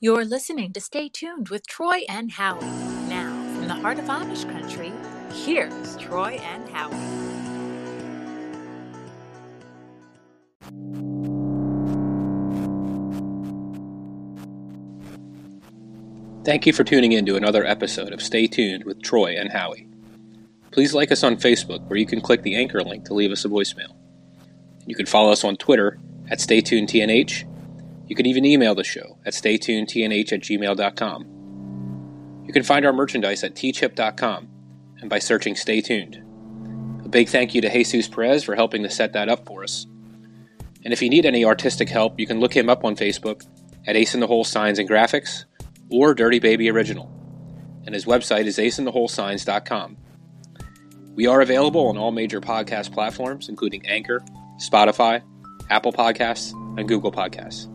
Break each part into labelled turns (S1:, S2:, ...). S1: You're listening to Stay Tuned with Troy and Howie. Now, from the heart of Amish country, here's Troy and Howie.
S2: Thank you for tuning in to another episode of Stay Tuned with Troy and Howie. Please like us on Facebook, where you can click the anchor link to leave us a voicemail. You can follow us on Twitter at StayTunedTNH. You can even email the show at StayTunedTNH at gmail.com. You can find our merchandise at tchip.com and by searching Stay Tuned. A big thank you to Jesus Perez for helping to set that up for us. And if you need any artistic help, you can look him up on Facebook at Ace in the Hole Signs and Graphics or Dirty Baby Original. And his website is aceintheholesigns.com. We are available on all major podcast platforms, including Anchor, Spotify, Apple Podcasts, and Google Podcasts.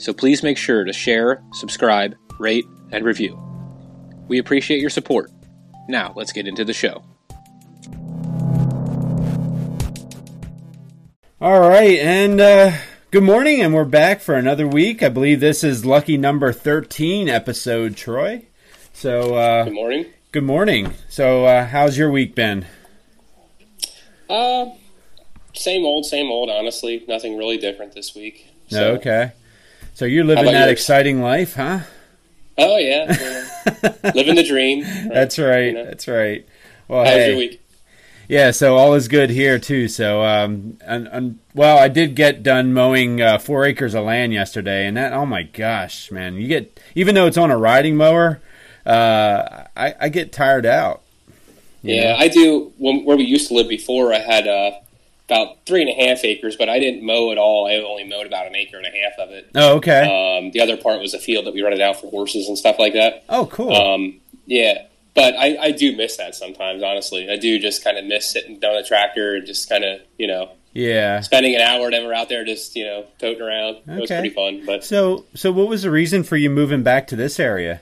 S2: So please make sure to share, subscribe, rate, and review. We appreciate your support. Now, let's get into the show.
S3: All right, and uh, good morning, and we're back for another week. I believe this is lucky number thirteen episode, Troy. So uh,
S2: Good morning.
S3: good morning. So uh, how's your week been?
S2: Uh, same old, same old, honestly. Nothing really different this week.
S3: No,
S2: So-
S3: okay. So you're living
S2: about
S3: that
S2: yours?
S3: exciting life, huh?
S2: Oh, yeah. yeah. Living the dream.
S3: That's right.
S2: You know?
S3: That's right. Well,
S2: How's
S3: hey.
S2: your week?
S3: Yeah, so all is good here too. So, um, and, and well, I did get done mowing uh, four acres of land yesterday, and that oh my gosh, man, you get even though it's on a riding mower, uh, I, I get tired out. you
S2: Yeah,
S3: know?
S2: I do. When, where we used to live before, I had uh, about three and a half acres, but I didn't mow at all. I only mowed about an acre and a half of it.
S3: Oh, okay.
S2: Um, the other part was a field that we rented out for horses and stuff like that.
S3: oh, cool.
S2: Um, yeah, but I, I do miss that sometimes. Honestly, I do just kind of miss sitting down the tractor and just kind of you know
S3: yeah.
S2: spending an hour or whatever out there, just you know toting around. It was
S3: Okay.
S2: pretty fun. But
S3: So, so what was the reason for you moving back to this area?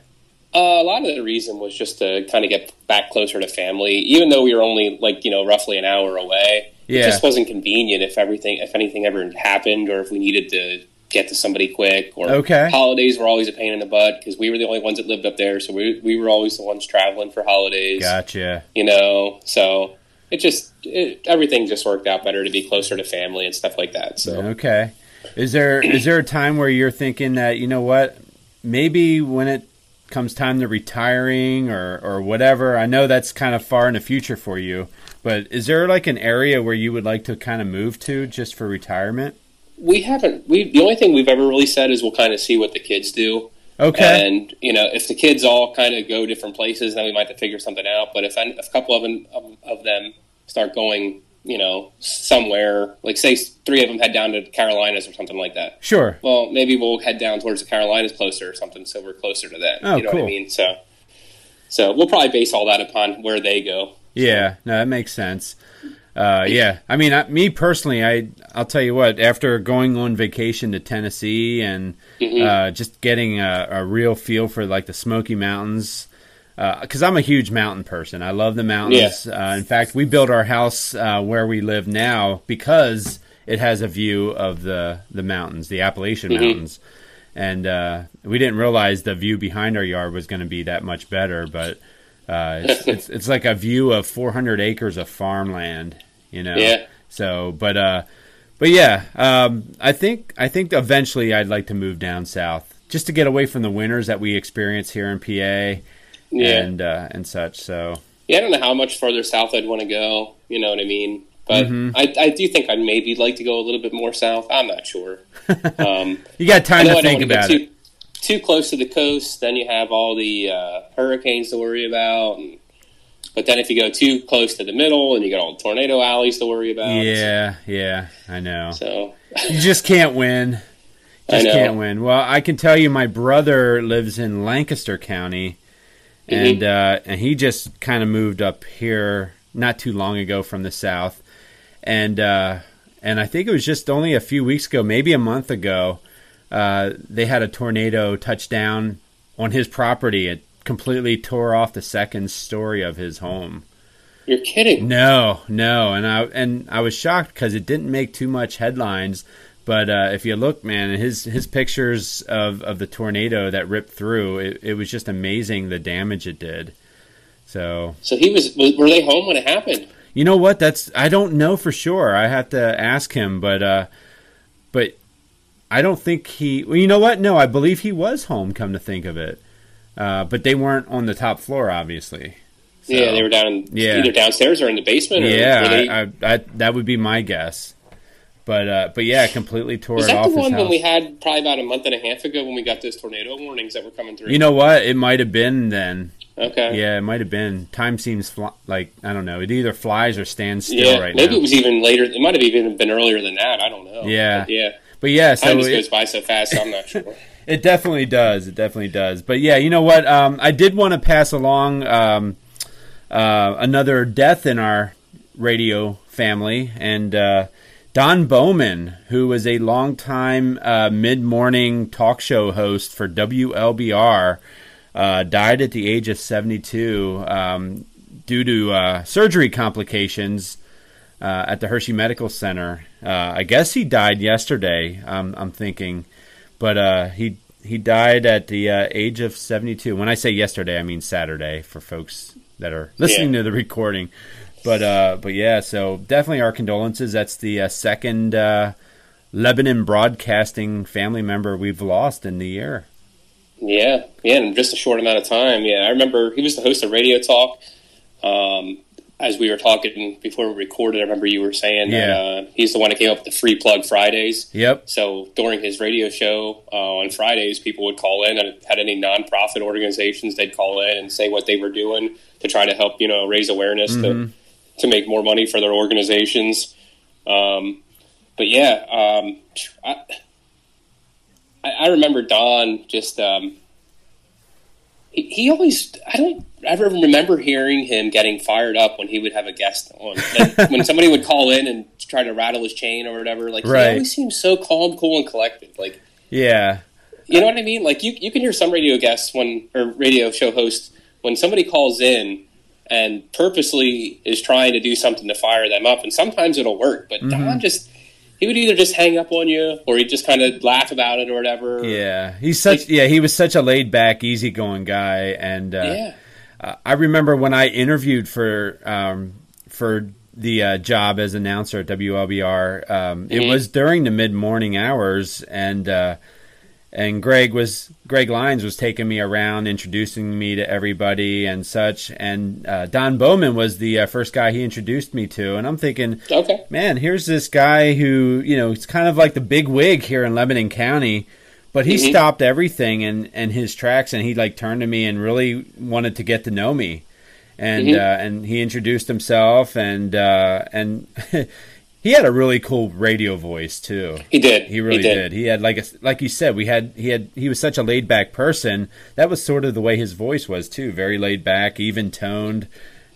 S2: uh, a lot of the reason was just to kind of get back closer to family, even though we were only like you know roughly an hour away. It
S3: Yeah.
S2: just wasn't convenient if everything if anything ever happened or if we needed to get to somebody quick or
S3: Okay.
S2: holidays were always a pain in the butt because we were the only ones that lived up there so we, we were always the ones traveling for holidays
S3: Gotcha.
S2: you know so it just it, everything just worked out better to be closer to family and stuff like that so
S3: Okay. Is there is there a time where you're thinking that you know what? Maybe when it comes time to retiring or or whatever. I know that's kind of far in the future for you, but is there like an area where you would like to kind of move to just for retirement?
S2: we haven't we the only thing we've ever really said is we'll kind of see what the kids do
S3: Okay.
S2: and you know if the kids all kind of go different places then we might have to figure something out but if, I, if a couple of them of, of them start going you know somewhere like say three of them head down to carolinas or something like that
S3: sure.
S2: well maybe we'll head down towards the carolinas closer or something so we're closer to that
S3: Oh,
S2: you know what
S3: cool.
S2: i mean so so we'll probably base all that upon where they go
S3: Yeah, no, that makes sense. Uh, yeah, I mean, I, me personally, I I'll tell you what. After going on vacation to Tennessee and uh, just getting a, a real feel for like the Smoky Mountains, because I'm a huge mountain person. I love the mountains. Uh, in fact, we built our house uh, where we live now because it has a view of the the mountains, the Appalachian Mountains, and uh, we didn't realize the view behind our yard was going to be that much better, but. Uh, it's, it's it's like a view of 400 acres of farmland, you know.
S2: Yeah.
S3: So, but uh, but yeah, um, I think I think eventually I'd like to move down south just to get away from the winters that we experience here in PA
S2: yeah
S3: and uh, and such. So
S2: Yeah, I don't know how much further south I'd want to go. You know what I mean? But
S3: Mm-hmm.
S2: I, I do think I'd maybe like to go a little bit more south. I'm not sure. Um,
S3: you got
S2: I
S3: time
S2: know
S3: to
S2: I don't want
S3: think
S2: to get
S3: about
S2: too,
S3: it.
S2: too close to the coast. Then you have all the uh, hurricanes to worry about. And, but then if you go too close to the middle, and you got all the tornado alleys to worry about.
S3: Yeah, yeah, I know.
S2: So
S3: You just can't win.
S2: I
S3: Just
S2: know.
S3: can't win. Well, I can tell you, my brother lives in Lancaster County, and uh, and he just kind of moved up here not too long ago from the south, and uh, and I think it was just only a few weeks ago, maybe a month ago, uh, they had a tornado touchdown on his property. It completely tore off the second story of his home.
S2: you're kidding.
S3: No, no, and I and I was shocked because it didn't make too much headlines, But uh, if you look, man, his his pictures of, of the tornado that ripped through, it, it was just amazing the damage it did. So
S2: So he was, was. Were they home when it happened?
S3: you know what? That's I don't know for sure. I have to ask him, but uh, but I don't think he. Well, you know what? No, I believe he was home. Come to think of it, uh, but they weren't on the top floor, obviously. So,
S2: yeah, they were down in,
S3: Yeah.
S2: either downstairs or in the basement. Or
S3: Yeah,
S2: were they-
S3: I, I, I, that would be my guess. But uh, but yeah, completely tore
S2: was
S3: it
S2: that
S3: off
S2: the one
S3: his
S2: when
S3: house.
S2: we had probably about a month and a half ago when we got those tornado warnings that were coming through?
S3: you know what? It might have been then.
S2: okay,
S3: Yeah, it might have been. Time seems fl- like I don't know. It either flies or stands still
S2: yeah.
S3: right
S2: maybe
S3: now.
S2: it was even later. It might have even been earlier than that. I don't know.
S3: Yeah.
S2: But yeah.
S3: but yeah, so
S2: Time just
S3: it-
S2: goes by so fast. I'm not sure.
S3: It definitely does. It definitely does. But yeah, you know what? Um, I did want to pass along um, uh, another death in our radio family, and uh, Don Bowman, who was a longtime uh, mid morning talk show host for WLBR, uh, died at the age of 72 um, due to uh, surgery complications. Uh, at the Hershey Medical Center. Uh, I guess he died yesterday. Um, I'm thinking but uh, he he died at the uh, age of 72. When I say yesterday, I mean Saturday for folks that are listening to the recording. But uh, but yeah, so definitely our condolences. That's the uh, second uh, Lebanon broadcasting family member we've lost in the year.
S2: Yeah, yeah, in just a short amount of time. Yeah, I remember he was the host of Radio Talk. Um, as we were talking before we recorded, I remember you were saying
S3: Yeah.
S2: that uh, he's the one that came up with the free plug Fridays.
S3: Yep.
S2: So during his radio show uh, on Fridays, people would call in and had any nonprofit organizations, they'd call in and say what they were doing to try to help, you know, raise awareness to, to make more money for their organizations. Um, but yeah, um, I, I I remember Don just, um, he, he always, I don't ever remember hearing him getting fired up when he would have a guest on. Like, when somebody would call in and try to rattle his chain or whatever, like,
S3: Right.
S2: he always seems so calm, cool, and collected. Like,
S3: Yeah.
S2: you know what I mean? Like you, you can hear some radio guests when or radio show hosts when somebody calls in and purposely is trying to do something to fire them up, and sometimes it'll work. But
S3: Mm-hmm.
S2: Don just he would either just hang up on you or he'd just kind of laugh about it or whatever.
S3: Yeah. He's such yeah, he was such a laid back, easygoing guy and uh,
S2: yeah,
S3: I remember when I interviewed for um, for the uh, job as announcer at WLBR. Um, It was during the mid morning hours, and uh, and Greg was Greg Lyons was taking me around, introducing me to everybody and such. And uh, Don Bowman was the uh, first guy he introduced me to, and I'm thinking,
S2: okay,
S3: man, here's this guy who, you know, he's kind of like the big wig here in Lebanon County, but he stopped everything and and his tracks and he like turned to me and really wanted to get to know me. And uh, and he introduced himself and uh, and he had a really cool radio voice too.
S2: he did.
S3: He really did. He had like a, like you said, we had he had he was such a laid back person. That was sort of the way his voice was too, very laid back, even toned,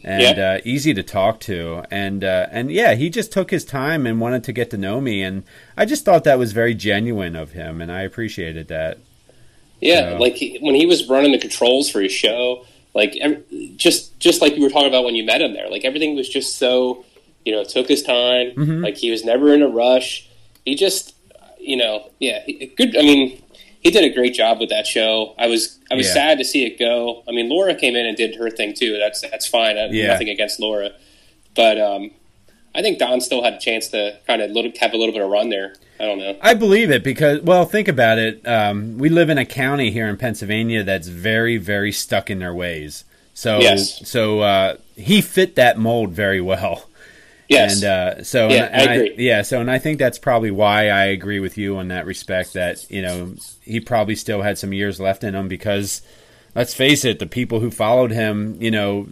S3: and
S2: Yeah.
S3: uh, easy to talk to. And uh, and yeah, he just took his time and wanted to get to know me, and I just thought that was very genuine of him, and I appreciated that.
S2: Yeah,
S3: Yeah.
S2: like he, when he was running the controls for his show, like ev just just like you were talking about when you met him there, like everything was just so you know took his time.
S3: Mm-hmm.
S2: Like he was never in a rush. He just you know yeah he, good. I mean, he did a great job with that show. I was I was
S3: Yeah.
S2: sad to see it go. I mean, Laura came in and did her thing too. That's that's fine. I,
S3: Yeah.
S2: Nothing against Laura, but um, I think Don still had a chance to kind of little, have a little bit of run there. I don't know.
S3: I believe it because, well, think about it. Um, we live in a county here in Pennsylvania that's very, very stuck in their ways. So,
S2: Yes.
S3: so uh, he fit that mold very well.
S2: Yes.
S3: And uh, so,
S2: Yeah,
S3: and, and
S2: I agree.
S3: yeah, so, and I think that's probably why I agree with you on that respect. That you know, he probably still had some years left in him because, let's face it, the people who followed him, you know,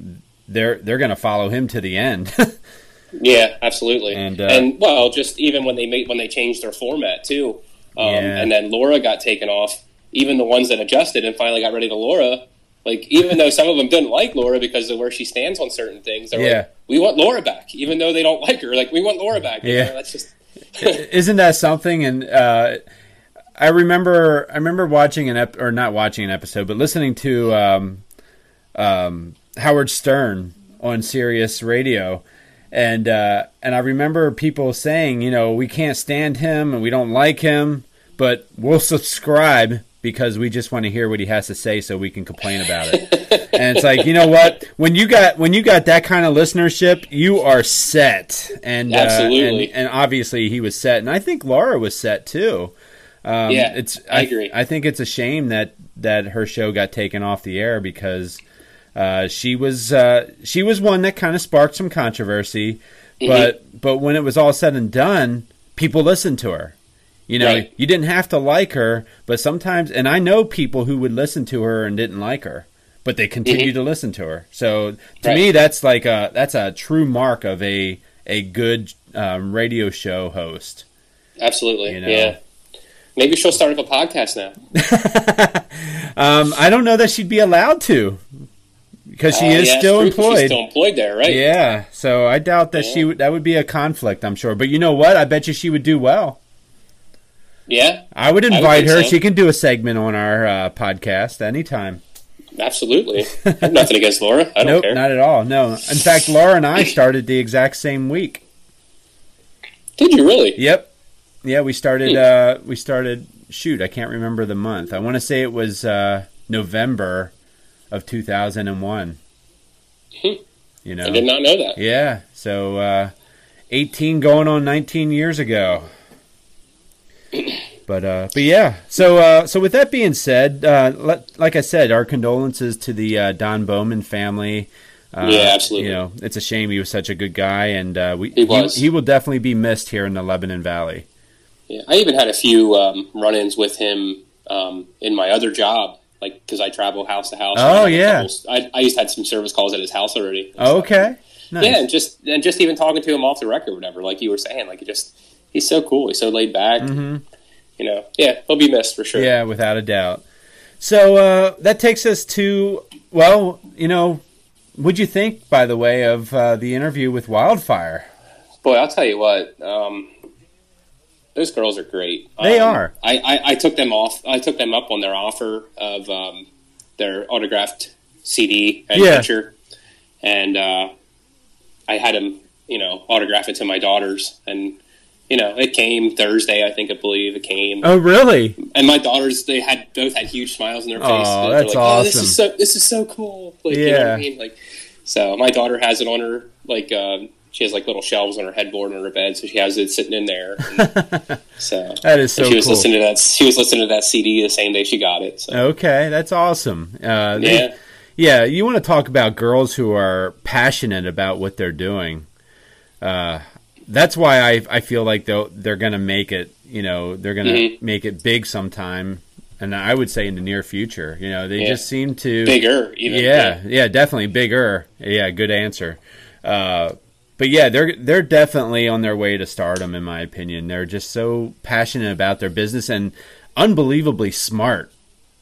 S3: they're they're going to follow him to the end.
S2: Yeah, absolutely.
S3: And,
S2: And,
S3: uh,
S2: well, just even when they made when they changed their format too, um,
S3: Yeah.
S2: and then Laura got taken off. Even the ones that adjusted and finally got rid of Laura, like even though some of them didn't like Laura because of where she stands on certain things, they're
S3: Yeah.
S2: like, "We want Laura back," even though they don't like her. Like we want Laura back. You
S3: Yeah.
S2: know, that's just
S3: isn't that something? And uh, I remember, I remember watching an ep- or not watching an episode, but listening to um, um, Howard Stern on Sirius Radio, and uh, and I remember people saying, you know, we can't stand him and we don't like him, but we'll subscribe because we just want to hear what he has to say so we can complain about it. and it's like, you know what? When you got when you got that kind of listenership, you are set. And uh,
S2: Absolutely.
S3: and, and obviously he was set, and I think Laura was set too. Um,
S2: Yeah,
S3: it's
S2: I agree.
S3: I think it's a shame that that her show got taken off the air because uh, she was uh, she was one that kind of sparked some controversy,
S2: Mm-hmm.
S3: but but when it was all said and done, people listened to her. You know,
S2: Right.
S3: you didn't have to like her, but sometimes, and I know people who would listen to her and didn't like her, but they continued to listen to her. So to
S2: Mm-hmm. Right.
S3: me, that's like a that's a true mark of a a good um, radio show host.
S2: Absolutely.
S3: You know.
S2: Yeah. Maybe she'll start up a podcast now.
S3: Um, I don't know that she'd be allowed to because she
S2: Uh,
S3: is
S2: yeah,
S3: still
S2: it's true.
S3: employed.
S2: She's still employed there, right?
S3: Yeah, so I doubt that she would. That would be a conflict, I'm sure. But you know what? I bet you she would do well.
S2: Yeah,
S3: I would
S2: would
S3: invite
S2: think
S3: her.
S2: so.
S3: She can do a segment on our uh, podcast anytime.
S2: absolutely. I have nothing against Laura. I don't
S3: nope,
S2: care.
S3: not at all. No, in fact, Laura and I started the exact same week.
S2: Did you really?
S3: Yep, yeah, we started. Uh,
S2: Hmm.
S3: we started. Shoot, I can't remember the month. I want to say it was uh, November of 2001.
S2: Hmm.
S3: You know,
S2: I did not know that.
S3: Yeah. So uh, 18 going on 19 years ago. But uh, but yeah. So uh, so with that being said, uh, let, like I said, our condolences to the uh, Don Bowman family. Uh,
S2: Yeah, absolutely.
S3: You know, it's a shame he was such a good guy, and uh, we
S2: He was.
S3: he will definitely be missed here in the Lebanon Valley.
S2: Yeah, I even had a few um, run-ins with him um, in my other job, like because I travel house to house.
S3: Oh,
S2: I had a
S3: yeah.
S2: couple- I, I used to had some service calls at his house already.
S3: Okay. Nice.
S2: Yeah, and just and just even talking to him off the record, whatever. Like you were saying, like he just he's so cool. He's so laid back.
S3: Mm-hmm.
S2: You know, yeah, he'll be missed for sure.
S3: Yeah, without a doubt. So uh, that takes us to well, you know, what'd you think, by the way, of uh, the interview with Wildfire?
S2: Boy, I'll tell you what. Um, those girls are great.
S3: They
S2: Um,
S3: are.
S2: I, I, I took them off. I took them up on their offer of um, their autographed CD and
S3: Yeah.
S2: picture, and uh, I had them, you know, autograph it to my daughters. And you know, it came Thursday, I think. I believe it came.
S3: Oh, really?
S2: And my daughters, they had both had huge smiles on their
S3: Oh,
S2: faces. They're
S3: that's
S2: like, Oh, this
S3: awesome.
S2: is so. This is so cool. Like, you know what
S3: Yeah.
S2: I mean? Like, so my daughter has it on her. Like, um, she has like little shelves on her headboard and her bed, so she has it sitting in there. And so
S3: That is so
S2: and she was
S3: cool.
S2: listening to that. She was listening to that CD the same day she got it. So
S3: Okay, that's awesome. Uh, they-
S2: yeah,
S3: yeah, you want to talk about girls who are passionate about what they're doing. Uh, that's why I I feel like they'll, they're going to make it. You know, they're going to
S2: Mhm.
S3: make it big sometime, and I would say in the near future. You know, they
S2: Yeah.
S3: just seem to
S2: bigger even.
S3: yeah, yeah, definitely bigger. Yeah, good answer. Uh, but yeah, they're they're definitely on their way to stardom, in my opinion. They're just so passionate about their business and unbelievably smart.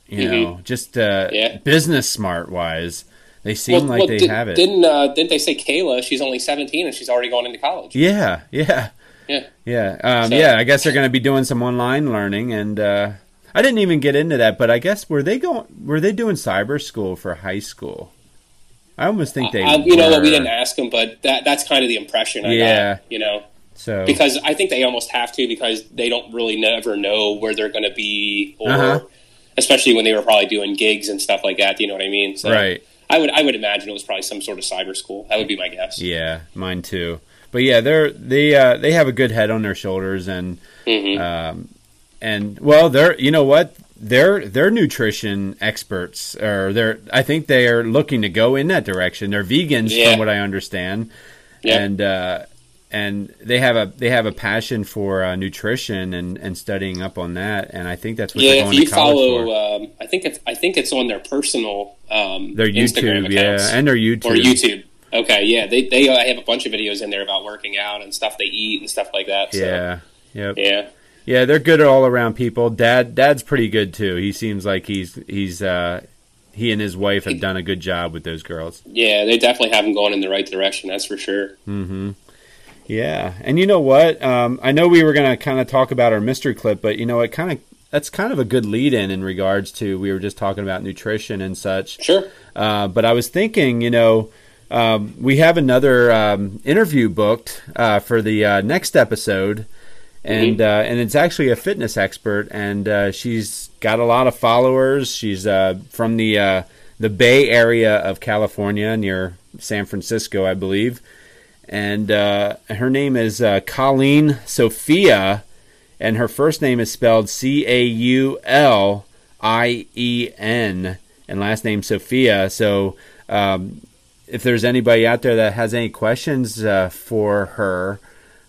S3: You know, just uh,
S2: Mm-hmm. Yeah.
S3: business smart wise, they seem like they
S2: did,
S3: have it.
S2: Didn't uh, didn't they say Kayla? She's only seventeen and she's already going into college.
S3: yeah, yeah,
S2: Yeah.
S3: yeah, um,
S2: So-
S3: yeah. I guess they're going to be doing some online learning, and uh, I didn't even get into that. But I guess were they going? Were they doing cyber school for high school? I almost think they.
S2: I, Uh, you know what? We
S3: were.
S2: didn't ask them, but that that's kind of the impression I
S3: Yeah.
S2: got. You know.
S3: So
S2: because I think they almost have to because they don't really never know where they're going to be, or
S3: Uh-huh.
S2: especially when they were probably doing gigs and stuff like that. Do you know what I mean? So
S3: Right.
S2: I would I would imagine it was probably some sort of cyber school. That would be my guess.
S3: Yeah, mine too. But yeah, they're they uh, they have a good head on their shoulders and
S2: Mhm.
S3: um, and well, they're you know what they're they're nutrition experts or they're I think they are looking to go in that direction. They're vegans
S2: Yeah.
S3: from what I understand,
S2: Yeah.
S3: and uh, and they have a they have a passion for uh, nutrition and and studying up on that. And I think that's what they're
S2: yeah.
S3: going
S2: If you
S3: to college for.
S2: follow, um, I think it's, I think it's on their personal um,
S3: Their
S2: Instagram
S3: YouTube, yeah,
S2: accounts
S3: and their YouTube,
S2: or YouTube. Okay, yeah, they they uh, have a bunch of videos in there about working out and stuff they eat and stuff like that. So,
S3: yeah, yep.
S2: yeah.
S3: Yeah, they're good all around people. Dad, dad's pretty good too. He seems like he's he's uh, he and his wife have done a good job with those girls.
S2: Yeah, they definitely have them going in the right direction. That's for sure.
S3: Yeah, and you know what? Um, I know we were gonna kind of talk about our mystery clip, but you know, it kind of that's kind of a good lead in in regards to we were just talking about nutrition and such.
S2: Sure.
S3: Uh, but I was thinking, you know, Um, we have another um, interview booked uh, for the uh, next episode, and uh, and it's actually a fitness expert, and uh, she's got a lot of followers. She's uh, from the uh, the Bay Area of California, near San Francisco, I believe, and uh, her name is uh, Colleen Sophia, and her first name is spelled C A U L I E N, and last name Sophia. So. Um, if there's anybody out there that has any questions uh, for her,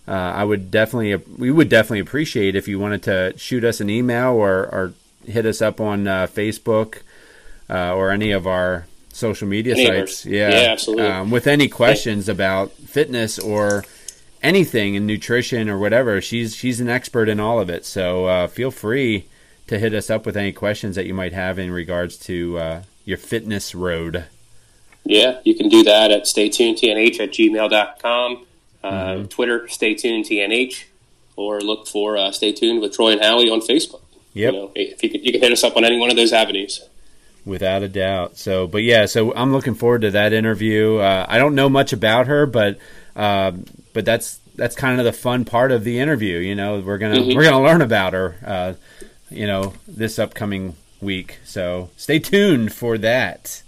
S3: uh, I would definitely we would definitely appreciate if you wanted to shoot us an email or, or hit us up on uh, Facebook uh, or any of our social media
S2: Any of
S3: sites.
S2: our-
S3: Yeah,
S2: yeah, absolutely.
S3: Um, with any questions about fitness or anything in nutrition or whatever, she's she's an expert in all of it. So uh, feel free to hit us up with any questions that you might have in regards to uh, your fitness road.
S2: Yeah, you can do that at staytunedtnh at gmail.com, uh,
S3: Mm-hmm.
S2: Twitter, staytunedtnh, or look for uh, Stay Tuned with Troy and Howie on Facebook.
S3: Yep.
S2: You, know, if you, can, you can hit us up on any one of those avenues.
S3: Without a doubt. So, but yeah, so I'm looking forward to that interview. Uh, I don't know much about her, but uh, but that's that's kind of the fun part of the interview. You know, we're gonna we're gonna learn about her. Uh, you know, this upcoming week. So stay tuned for that.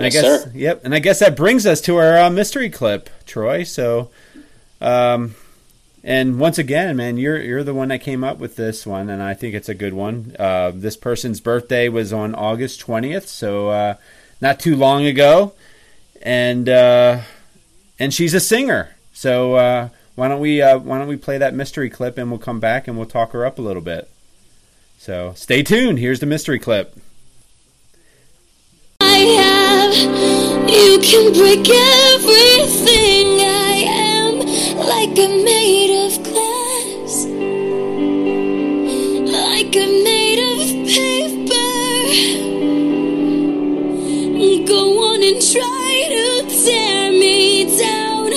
S3: And I
S2: Yes,
S3: guess
S2: sir.
S3: yep, and I guess that brings us to our uh, mystery clip, Troy. So, um, and once again, man, you're you're the one that came up with this one, and I think it's a good one. Uh, this person's birthday was on August twentieth, so uh, not too long ago, and uh, and she's a singer. So uh, why don't we uh, why don't we play that mystery clip, and we'll come back and we'll talk her up a little bit. So stay tuned. Here's the mystery clip.
S4: I have. You can break everything I am, like I'm made of glass, like I'm made of paper. Go on and try to tear me down.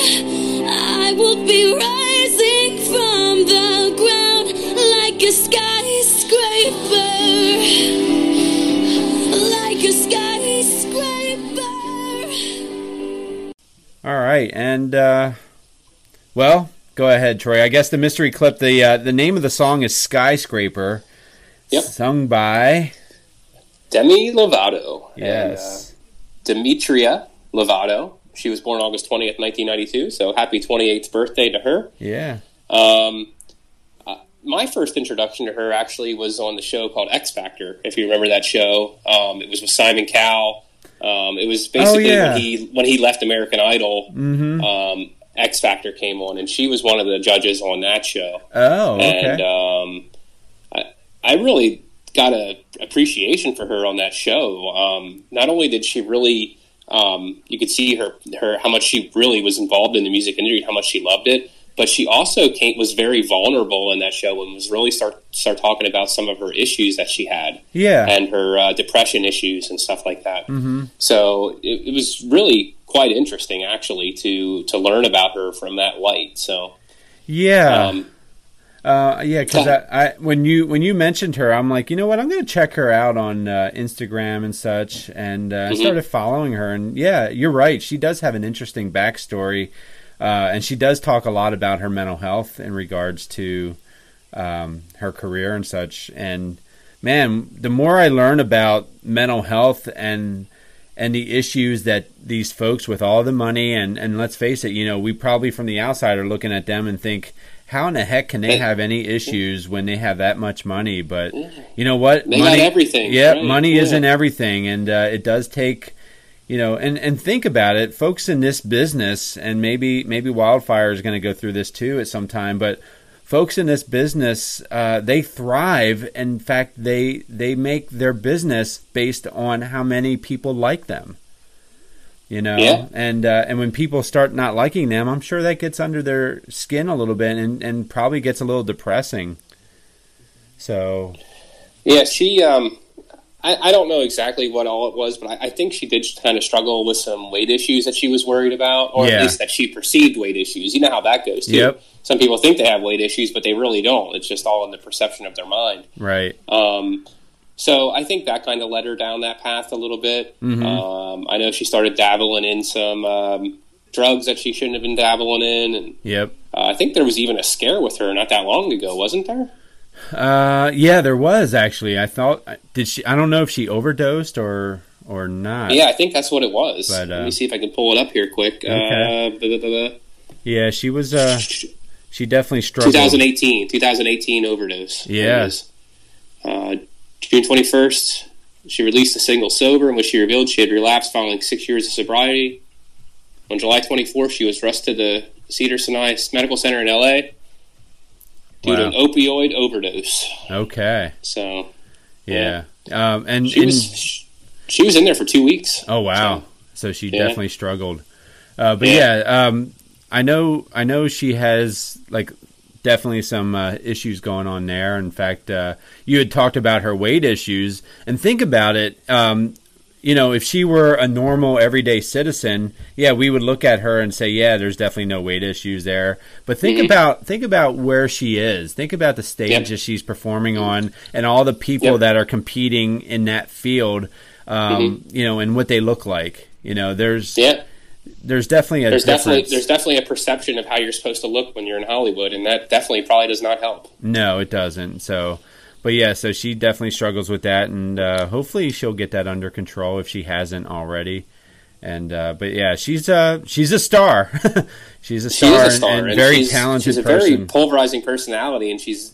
S4: I will be rising from the ground like a skyscraper like a skyscraper.
S3: All right, and uh, well, go ahead, Troy. I guess the mystery clip. the uh, The name of the song is "Skyscraper,"
S2: Yep. uh,
S3: sung by
S2: Demi Lovato.
S3: yes,
S2: And, uh, Demetria Lovato. She was born August 20th, 1992, so happy 28th birthday to her.
S3: yeah,
S2: Um, uh, my first introduction to her actually was on the show called X Factor. If you remember that show, um, it was with Simon Cowell. Um, it was basically
S3: yeah.
S2: when he when he left American Idol. Um, X Factor came on, and she was one of the judges on that show.
S3: Oh, okay.
S2: And um, I, I really got a appreciation for her on that show. Um, not only did she really, um, you could see her, her how much she really was involved in the music industry, and how much she loved it, but she also came, was very vulnerable in that show and was really start start talking about some of her issues that she had
S3: yeah, Mm-hmm.
S2: and her uh, depression issues and stuff like that. So it, it was really quite interesting actually to to learn about her from that light. So.
S3: yeah,
S2: Um,
S3: uh, yeah. Because
S2: yeah.
S3: I, I, when you when you mentioned her, I'm like, you know what? I'm going to check her out on uh, Instagram and such, and uh,
S2: Mm-hmm.
S3: I started following her. And yeah, you're right. She does have an interesting backstory, uh, and she does talk a lot about her mental health in regards to um, her career and such. And man, the more I learn about mental health and and the issues that these folks with all the money and and let's face it, you know, we probably from the outside are looking at them and think, how in the heck can they have any issues when they have that much money? But you know what,
S2: They got everything,
S3: Yeah,
S2: right,
S3: money isn't
S2: yeah.
S3: everything, and uh, it does take. You know, and, and think about it, folks in this business, and maybe maybe wildfire is going to go through this too at some time. But folks in this business uh, they thrive in fact they they make their business based on how many people like them you know
S2: Yeah.
S3: and uh, and when people start not liking them i'm sure that gets under their skin a little bit and, and probably gets a little depressing so
S2: Yeah, she. Um, I, I don't know exactly what all it was, but I, I think she did kind of struggle with some weight issues that she was worried about, or
S3: Yeah.
S2: at least that she perceived weight issues. You know how that goes. Too.
S3: Yep.
S2: Some people think they have weight issues, but they really don't. It's just all in the perception of their mind.
S3: right
S2: Um, So I think that kind of led her down that path a little bit.
S3: Mm-hmm.
S2: Um, I know she started dabbling in some um, drugs that she shouldn't have been dabbling in, and
S3: Yep.
S2: uh, I think there was even a scare with her not that long ago, wasn't there?
S3: Uh, yeah, there was actually. I thought did she? I don't know if she overdosed or or not.
S2: Yeah, I think that's what it was.
S3: But,
S2: Let
S3: uh,
S2: me see if I can pull it up here quick.
S3: Okay.
S2: Uh, blah, blah, blah, blah.
S3: Yeah, she was. Uh, she definitely struggled.
S2: 2018, 2018 overdose.
S3: Yeah.
S2: There it is. Uh, June 21st, she released a single "Sober" in which she revealed she had relapsed following six years of sobriety. On July 24th, she was rushed to the Cedar Sinai Medical Center in L.A. due to
S3: Wow.
S2: an opioid overdose.
S3: Okay.
S2: So
S3: Yeah. Um. And,
S2: she
S3: and-
S2: was she was in there for two weeks.
S3: oh wow. So she
S2: Yeah.
S3: definitely struggled. Uh, but yeah.
S2: Yeah.
S3: Um. I know. I know she has like definitely some uh, issues going on there. In fact, uh, you had talked about her weight issues, and think about it. Um, you know, if she were a normal everyday citizen, yeah, we would look at her and say, yeah, there's definitely no weight issues there. But think about think about where she is. Think about the stage
S2: Yep.
S3: that she's performing on and all the people
S2: Yep.
S3: that are competing in that field. Um, you know, and what they look like. You know, there's
S2: Mm-hmm. Yeah.
S3: there's definitely a
S2: There's
S3: difference.
S2: definitely there's definitely a perception of how you're supposed to look when you're in Hollywood, and that definitely probably does not help.
S3: No, it doesn't. So, but yeah, so she definitely struggles with that, and uh, hopefully she'll get that under control if she hasn't already. And uh, but yeah, she's uh she's a star. she's a
S2: she
S3: star,
S2: is a
S3: and-
S2: star
S3: and,
S2: and
S3: very
S2: she's,
S3: talented
S2: she's a
S3: person.
S2: very pulverizing personality and she's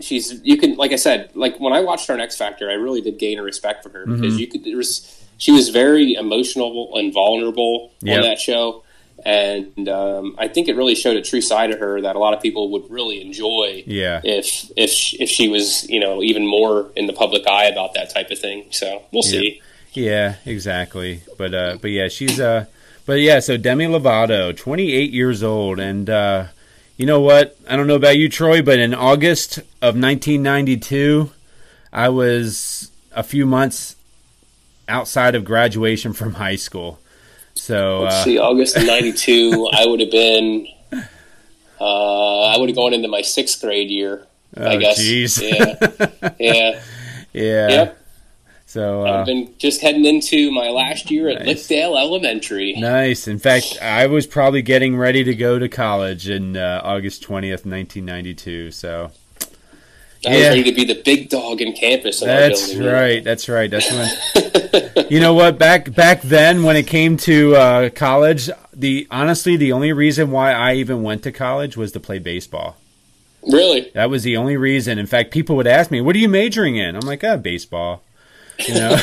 S2: she's you can like i said like when i watched her on x factor i really did gain a respect for her
S3: Mm-hmm.
S2: because you could there was she was very emotional and vulnerable
S3: Yep.
S2: on that show and um, i think it really showed a true side of her that a lot of people would really enjoy
S3: Yeah.
S2: if if she, if she was you know even more in the public eye about that type of thing so we'll see
S3: Yeah, exactly. But uh, but yeah, she's uh, but yeah. So Demi Lovato, 28 years old, and uh, you know what? I don't know about you, Troy, but in August of 1992, I was a few months outside of graduation from high school. So
S2: Let's
S3: uh,
S2: see, August of '92, I would have been, uh, I would have gone into my sixth grade year. I
S3: Oh,
S2: guess.
S3: jeez.
S2: Yeah. Yeah.
S3: yeah,
S2: Yep.
S3: so
S2: I've
S3: uh,
S2: been just heading into my last year at
S3: Nice.
S2: Lickdale Elementary.
S3: nice. In fact, I was probably getting ready to go to college in uh, August 20th, 1992.
S2: I
S3: So
S2: was
S3: yeah.
S2: ready to be the big dog in campus. In our
S3: That's
S2: building.
S3: right. That's right. That's when. you know what? Back back then, when it came to uh, college, the honestly, the only reason why I even went to college was to play baseball.
S2: Really?
S3: That was the only reason. In fact, people would ask me, "What are you majoring in?" I'm like, "Ah, baseball." You know,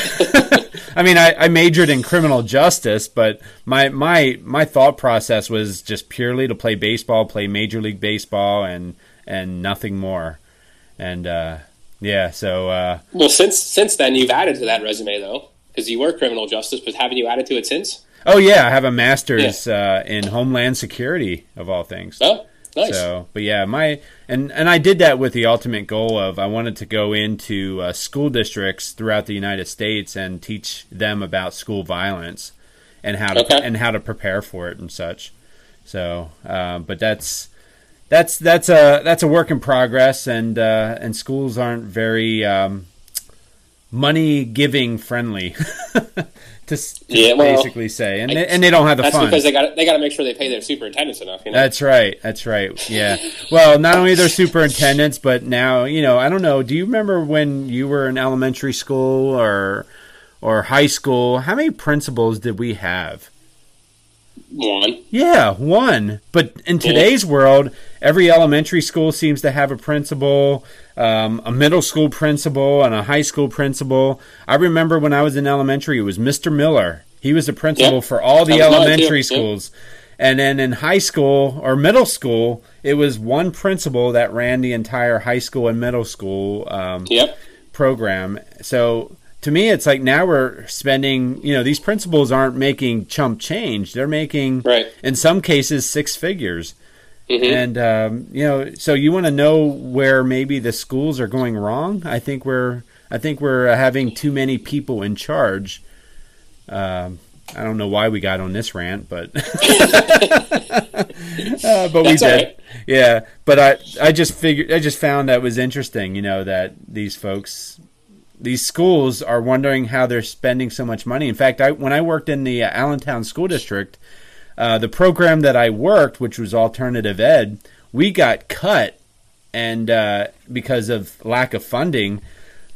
S3: I mean, I, I majored in criminal justice, but my my my thought process was just purely to play baseball, play Major League Baseball, and and nothing more. And uh, yeah, so. Uh,
S2: Well, since since then, you've added to that resume though, because you were criminal justice, but haven't you added to it since?
S3: Oh yeah, I have a master's uh, in homeland security of all things.
S2: Oh, nice.
S3: So, but yeah, my and and I did that with the ultimate goal of I wanted to go into uh, school districts throughout the United States and teach them about school violence and how to
S2: Okay.
S3: and how to prepare for it and such. So, uh, but that's that's that's a that's a work in progress, and uh, and schools aren't very um, money giving friendly. To, s- to
S2: Yeah, well,
S3: basically say, and
S2: I-
S3: they, and they don't have the
S2: That's
S3: funds.
S2: because they got they got to make sure they pay their superintendents enough. You know.
S3: That's right. That's right. Yeah. Well, not only their superintendents, but now you know. I don't know. Do you remember when you were in elementary school or or high school? How many principals did we have?
S2: One.
S3: Yeah, one. But in today's world, every elementary school seems to have a principal, um, a middle school principal, and a high school principal. I remember when I was in elementary, it was Mr. Miller. He was the principal
S2: Yeah.
S3: for all
S2: That
S3: the
S2: was mine, too.
S3: elementary
S2: Yeah.
S3: schools. And then in high school or middle school, it was one principal that ran the entire high school and middle school um,
S2: Yep.
S3: program. So to me, it's like now we're spending, you know, these principals aren't making chump change. They're making,
S2: Right.
S3: in some cases, six figures. And, um, you know, so you want to know where maybe the schools are going wrong? I think we're. I think we're having too many people in charge. Um, I don't know why we got on this rant, but Uh, but
S2: That's
S3: we
S2: all
S3: did.
S2: right.
S3: Yeah, but I I just figured I just found that was interesting. You know that these folks these schools are wondering how they're spending so much money. In fact, I when I worked in the uh, Allentown school district, uh, the program that I worked, which was alternative ed, we got cut, and uh, because of lack of funding.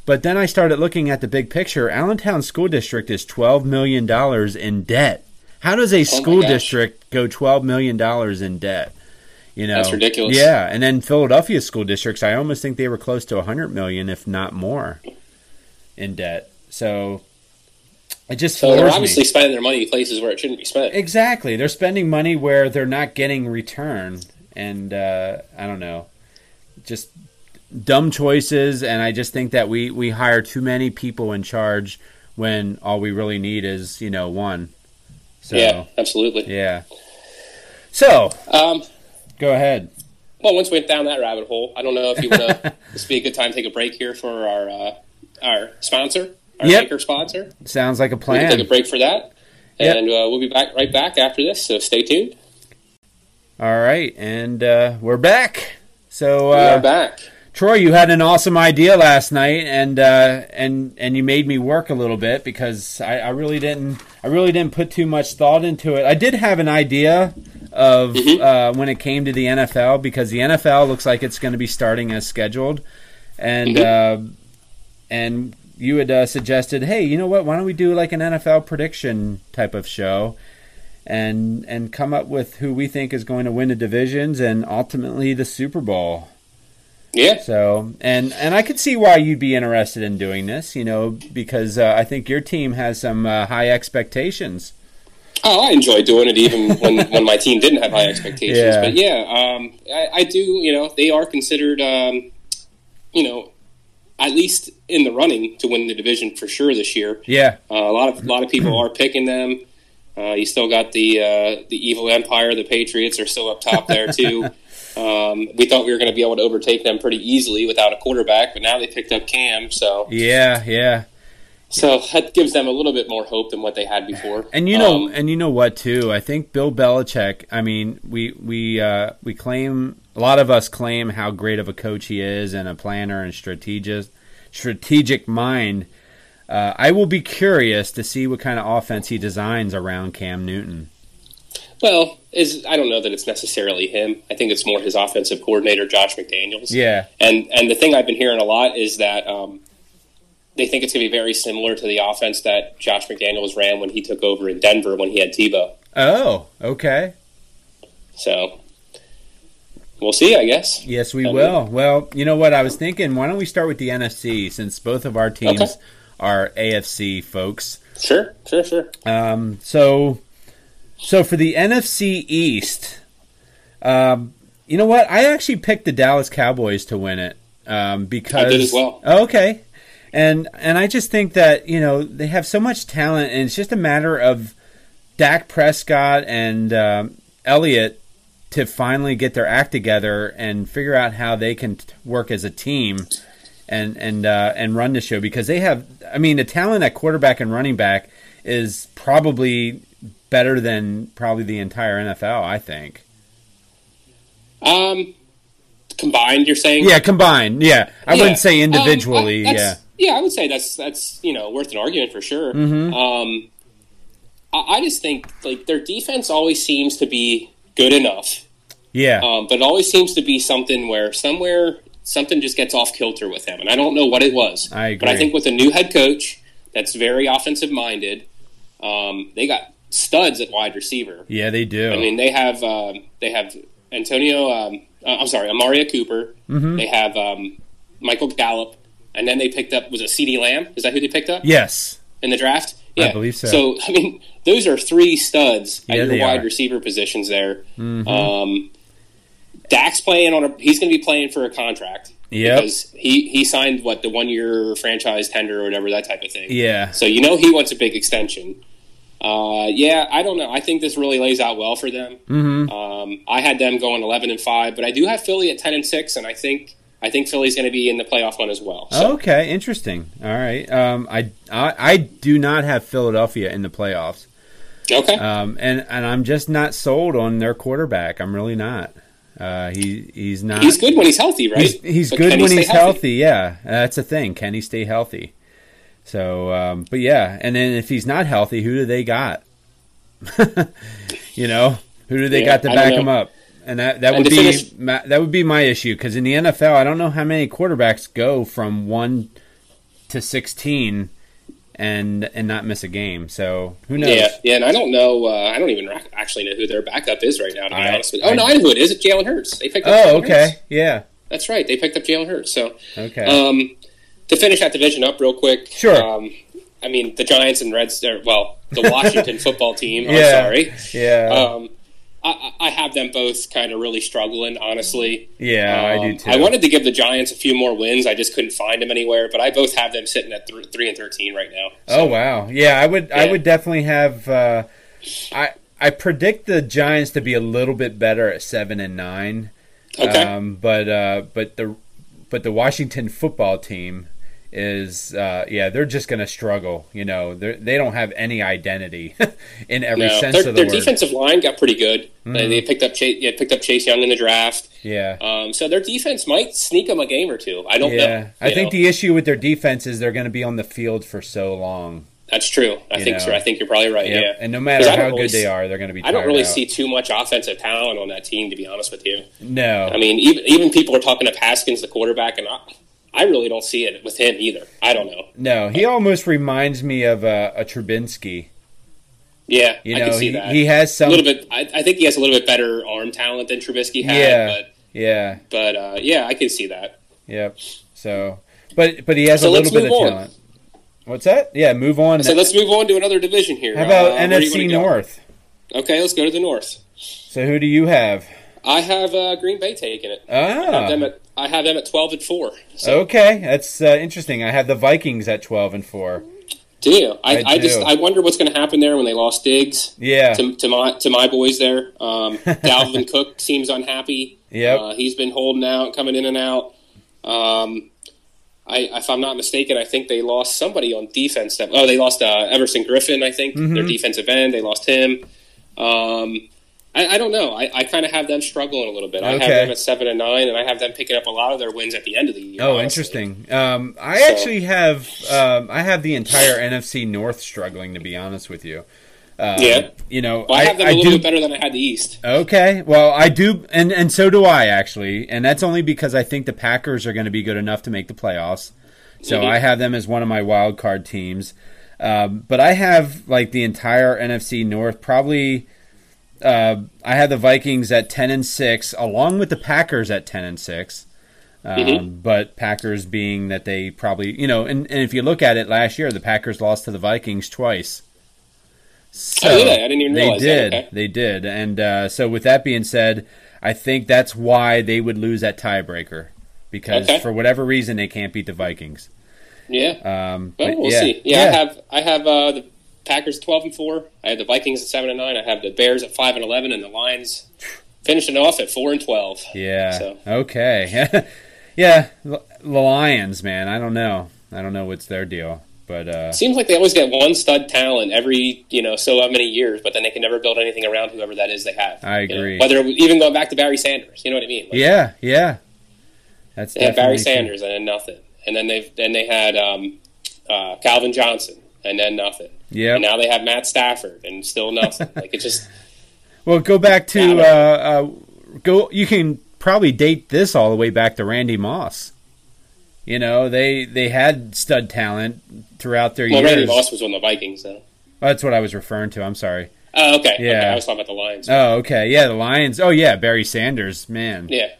S3: But then I started looking at the big picture. Allentown school district is twelve million dollars in debt. How does a school
S2: Oh gosh.
S3: district go twelve million dollars in debt? You know,
S2: That's ridiculous.
S3: Yeah, and then Philadelphia school districts, I almost think they were close to hundred million, if not more, in debt. So it just
S2: So they're
S3: floors me.
S2: obviously spending their money places where it shouldn't be spent.
S3: Exactly. They're spending money where they're not getting return. And uh, I don't know. Just dumb choices. And I just think that we, we hire too many people in charge when all we really need is, you know, one. So,
S2: yeah, absolutely.
S3: yeah. So,
S2: Um,
S3: go ahead.
S2: well, once we went down that rabbit hole, I don't know if you want to. this would be a good time to take a break here for our uh, our sponsor, our
S3: Yep.
S2: maker sponsor.
S3: Sounds like a
S2: We can take
S3: plan.
S2: a break for that,
S3: Yep.
S2: and uh, we'll be back right back after this. So stay tuned.
S3: All right. And uh, we're back. So,
S2: we are
S3: uh,
S2: back.
S3: Troy, you had an awesome idea last night, and uh, and and you made me work a little bit because I, I really didn't I really didn't put too much thought into it. I did have an idea of uh, when it came to the NFL because the NFL looks like it's going to be starting as scheduled, and uh, and you had uh, suggested, hey, you know what? Why don't we do like an NFL prediction type of show? And and come up with who we think is going to win the divisions and ultimately the Super Bowl.
S2: Yeah,
S3: So, and and I could see why you'd be interested in doing this, you know, because uh, I think your team has some uh, high expectations.
S2: Oh, I enjoy doing it even when, when my team didn't have high expectations.
S3: Yeah.
S2: But yeah, um, I, I do. You know, they are considered, um, you know, at least in the running to win the division for sure this year.
S3: Yeah,
S2: Uh, a lot of a lot of people are picking them. Uh, you still got the uh, the evil empire. The Patriots are still up top there too. um, we thought we were going to be able to overtake them pretty easily without a quarterback, but now they picked up Cam. So
S3: yeah, yeah.
S2: so that gives them a little bit more hope than what they had before.
S3: And you know,
S2: Um,
S3: and you know what too? I think Bill Belichick. I mean, we we uh, we claim a lot of us claim how great of a coach he is and a planner and strategist, strategic mind. Uh, I will be curious to see what kind of offense he designs around Cam Newton.
S2: Well, is I don't know that it's necessarily him. I think it's more his offensive coordinator, Josh McDaniels.
S3: Yeah,
S2: And and the thing I've been hearing a lot is that um, they think it's going to be very similar to the offense that Josh McDaniels ran when he took over in Denver when he had Tebow.
S3: Oh, okay.
S2: So we'll see, I guess.
S3: Yes, we
S2: That'll
S3: will. Well, you know what I was thinking? Why don't we start with the NFC since both of our teams
S2: Okay.
S3: are AFC folks?
S2: Sure, sure, sure.
S3: Um, so, so for the NFC East, um, you know what? I actually picked the Dallas Cowboys to win it um, because
S2: I did as well.
S3: Oh, okay, and and I just think that you know they have so much talent, and it's just a matter of Dak Prescott and um, Elliott to finally get their act together and figure out how they can t- work as a team and and uh, and run the show because they have. I mean, the talent at quarterback and running back is probably better than probably the entire NFL. I think.
S2: Um, combined, you're saying?
S3: Yeah, combined. Yeah, I
S2: Yeah.
S3: wouldn't say
S2: Um, I-
S3: individually. yeah, Mm-hmm.
S2: that's- yeah, I would say that's that's you know worth an argument for sure. Um, I, I just think like their defense always seems to be good enough,
S3: yeah,
S2: um, but it always seems to be something where somewhere something just gets off kilter with them, and I don't know what it was.
S3: I
S2: But I
S3: agree.
S2: think with a new head coach that's very offensive minded, um, they got studs at wide receiver.
S3: yeah. They do.
S2: I mean, they have um, they have Antonio. Um, uh, I'm sorry, Amaria Cooper.
S3: Mm-hmm.
S2: They have um, Michael Gallup, and then they picked up was it C.D. Lamb? Is that who they picked up
S3: yes.
S2: in the draft?
S3: I believe so.
S2: So I mean, those are three studs
S3: Yeah,
S2: at
S3: they
S2: your wide
S3: are. Mm-hmm.
S2: receiver positions there. Um, Dak's playing on a. He's going to be playing for a contract.
S3: Yep.
S2: Because he, he signed what the one year franchise tender or whatever that type of thing.
S3: Yeah.
S2: So you know he wants a big extension. Uh, yeah, I don't know. I think this really lays out well for them. Um, I had them going eleven and five, but I do have Philly at ten and six, and I think I think Philly's going to be in the playoff one as well. So
S3: Okay, interesting. All right. Um, I, I I do not have Philadelphia in the playoffs.
S2: okay,
S3: Um, and and I'm just not sold on their quarterback. I'm really not. Uh, he he's not.
S2: he's good when he's healthy, right?
S3: He's, he's
S2: But
S3: good
S2: can he
S3: when
S2: stay
S3: he's healthy. Yeah, that's the thing. Can he stay healthy? So, um, but yeah, and then if he's not healthy, who do they got? you know, who do they
S2: Yeah,
S3: got to
S2: I don't
S3: back him
S2: know.
S3: up? And that that
S2: And
S3: would
S2: the
S3: be
S2: thing is-
S3: my, that would be my issue because in the NFL, I don't know how many quarterbacks go from one to sixteen and and not miss a game. So who knows?
S2: Yeah, yeah, and I don't know. Uh, I don't even rac- actually know who their backup is right now. To be
S3: I-
S2: honest with you. Oh no,
S3: I-
S2: I know who it is. It's Jalen Hurts. They picked. Up
S3: Oh,
S2: Jalen
S3: okay,
S2: Hurts.
S3: yeah,
S2: That's right. They picked up Jalen Hurts. So,
S3: okay.
S2: um, to finish that division up real quick.
S3: Sure.
S2: Um, I mean, the Giants and Reds. Or, well, the Washington football team. I'm
S3: Yeah.
S2: sorry.
S3: Yeah,
S2: Um, I, I I have them both kind of really struggling, honestly.
S3: yeah, I
S2: Um,
S3: do too.
S2: I wanted to give the Giants a few more wins. I just couldn't find them anywhere. But I both have them sitting at th- three and thirteen right now.
S3: Oh wow, yeah, I would, I
S2: Yeah.
S3: would definitely have. Uh, I I predict the Giants to be a little bit better at seven and nine,
S2: Okay.
S3: um, but uh, but the but the Washington football team is uh, yeah, they're just going to struggle. You know, they they don't have any identity in every
S2: No,
S3: sense
S2: their,
S3: of the
S2: their
S3: word. Mm-hmm.
S2: defensive line got pretty good. They, they picked up Chase, yeah, picked up Chase Young in the draft.
S3: yeah.
S2: Um, so their defense might sneak them a game or two. I don't know.
S3: yeah, I
S2: you
S3: think
S2: know.
S3: the issue with their defense is they're going to be on the field for so long.
S2: that's true. I
S3: you
S2: think so.
S3: know.
S2: I think you're probably right.
S3: Yep.
S2: Yeah,
S3: and no
S2: 'Cause
S3: matter
S2: I don't
S3: how
S2: really
S3: good they
S2: s-
S3: are, they're going to be.
S2: I don't
S3: tired
S2: really
S3: out.
S2: see too much offensive talent on that team, to be honest with you.
S3: No,
S2: I mean, even even people are talking to Paskins, the quarterback, and I, I really don't see it with him either. I don't know.
S3: No, he almost reminds me of uh, a, a Trubinsky.
S2: Yeah,
S3: You
S2: I
S3: know,
S2: can see
S3: he,
S2: that.
S3: he has
S2: a
S3: some.
S2: little bit. I, I think he has a little bit better arm talent than Trubisky had.
S3: Yeah,
S2: But,
S3: yeah,
S2: but uh, yeah, I can see that.
S3: yep. So, but but he has
S2: So
S3: a little
S2: let's
S3: bit of
S2: move on.
S3: talent. What's that? Yeah, move on.
S2: So let's move on to another division here.
S3: How about
S2: Uh, where do you wanna
S3: NFC
S2: go?
S3: North?
S2: Okay, let's go to the north.
S3: So who do you have?
S2: I have uh, Green Bay taking it. I, have them
S3: Ah,
S2: at, I have them at twelve and four. So,
S3: okay, that's uh, interesting. I have the Vikings at twelve and four.
S2: do you? I,
S3: I
S2: I, just
S3: do.
S2: I wonder what's going to happen there when they lost Diggs
S3: Yeah,
S2: to, to my to my boys there. Um, Dalvin Cook seems unhappy.
S3: Yep.
S2: uh, he's been holding out, coming in and out. Um, I, if I'm not mistaken, I think they lost somebody on defense. That, oh, they lost uh, Everson Griffin. I think
S3: Mm-hmm.
S2: their defensive end. They lost him. Um, I, I don't know. I, I kind of have them struggling a little bit. I
S3: Okay.
S2: have them at seven and nine, and I have them picking up a lot of their wins at the end of the year.
S3: Oh,
S2: honestly.
S3: interesting. Um, I
S2: So-
S3: actually have um, I have the entire NFC North struggling to be honest with you. Um,
S2: Yeah.
S3: you know,
S2: Well, I, have them a
S3: I
S2: little
S3: do
S2: bit better than I had the East.
S3: Okay. Well, I do, and and so do I actually, and that's only because I think the Packers are going to be good enough to make the playoffs. So
S2: Mhm.
S3: I have them as one of my wild card teams. Um, but I have like the entire NFC North. Probably, uh, I have the Vikings at ten and six, along with the Packers at ten and six. Um,
S2: Mm-hmm.
S3: But Packers being that they probably, you know, and, and if you look at it last year, the Packers lost to the Vikings twice. So
S2: Oh, did they? I didn't even
S3: they
S2: realize that. eh?
S3: did.
S2: Okay.
S3: They did. And uh, so, with that being said, I think that's why they would lose that tiebreaker because
S2: Okay.
S3: for whatever reason they can't beat the Vikings.
S2: Yeah.
S3: Um,
S2: Well,
S3: but
S2: we'll
S3: yeah.
S2: see. Yeah, I have I have uh, the Packers twelve and four. I have the Vikings at seven and nine. I have the Bears at five and eleven, and the Lions finishing off at four and twelve.
S3: Yeah.
S2: So.
S3: Okay. yeah. The Lions, man. I don't know. I don't know what's their deal, but uh,
S2: Seems like they always get one stud talent every you know so many years, but then they can never build anything around whoever that is they have.
S3: I
S2: You know,
S3: agree.
S2: whether even going back to Barry Sanders, you know what I mean? Like,
S3: yeah, yeah. That's
S2: They had Barry
S3: definitely-
S2: Sanders and then nothing, and then they then they had um, uh, Calvin Johnson and then nothing.
S3: Yep.
S2: And now they have Matt Stafford and still nothing. like it just
S3: Well, go back
S2: I
S3: to
S2: don't
S3: uh,
S2: know.
S3: uh, go. You can probably date this all the way back to Randy Moss. You know, they they had stud talent throughout their
S2: well,
S3: years.
S2: Randy Moss was on the Vikings though.
S3: That's what I was referring to. I'm sorry.
S2: Oh, okay.
S3: Yeah.
S2: Okay, I was talking about the Lions.
S3: Oh, okay. Yeah, the Lions. Oh, yeah, Barry Sanders. Man,
S2: yeah.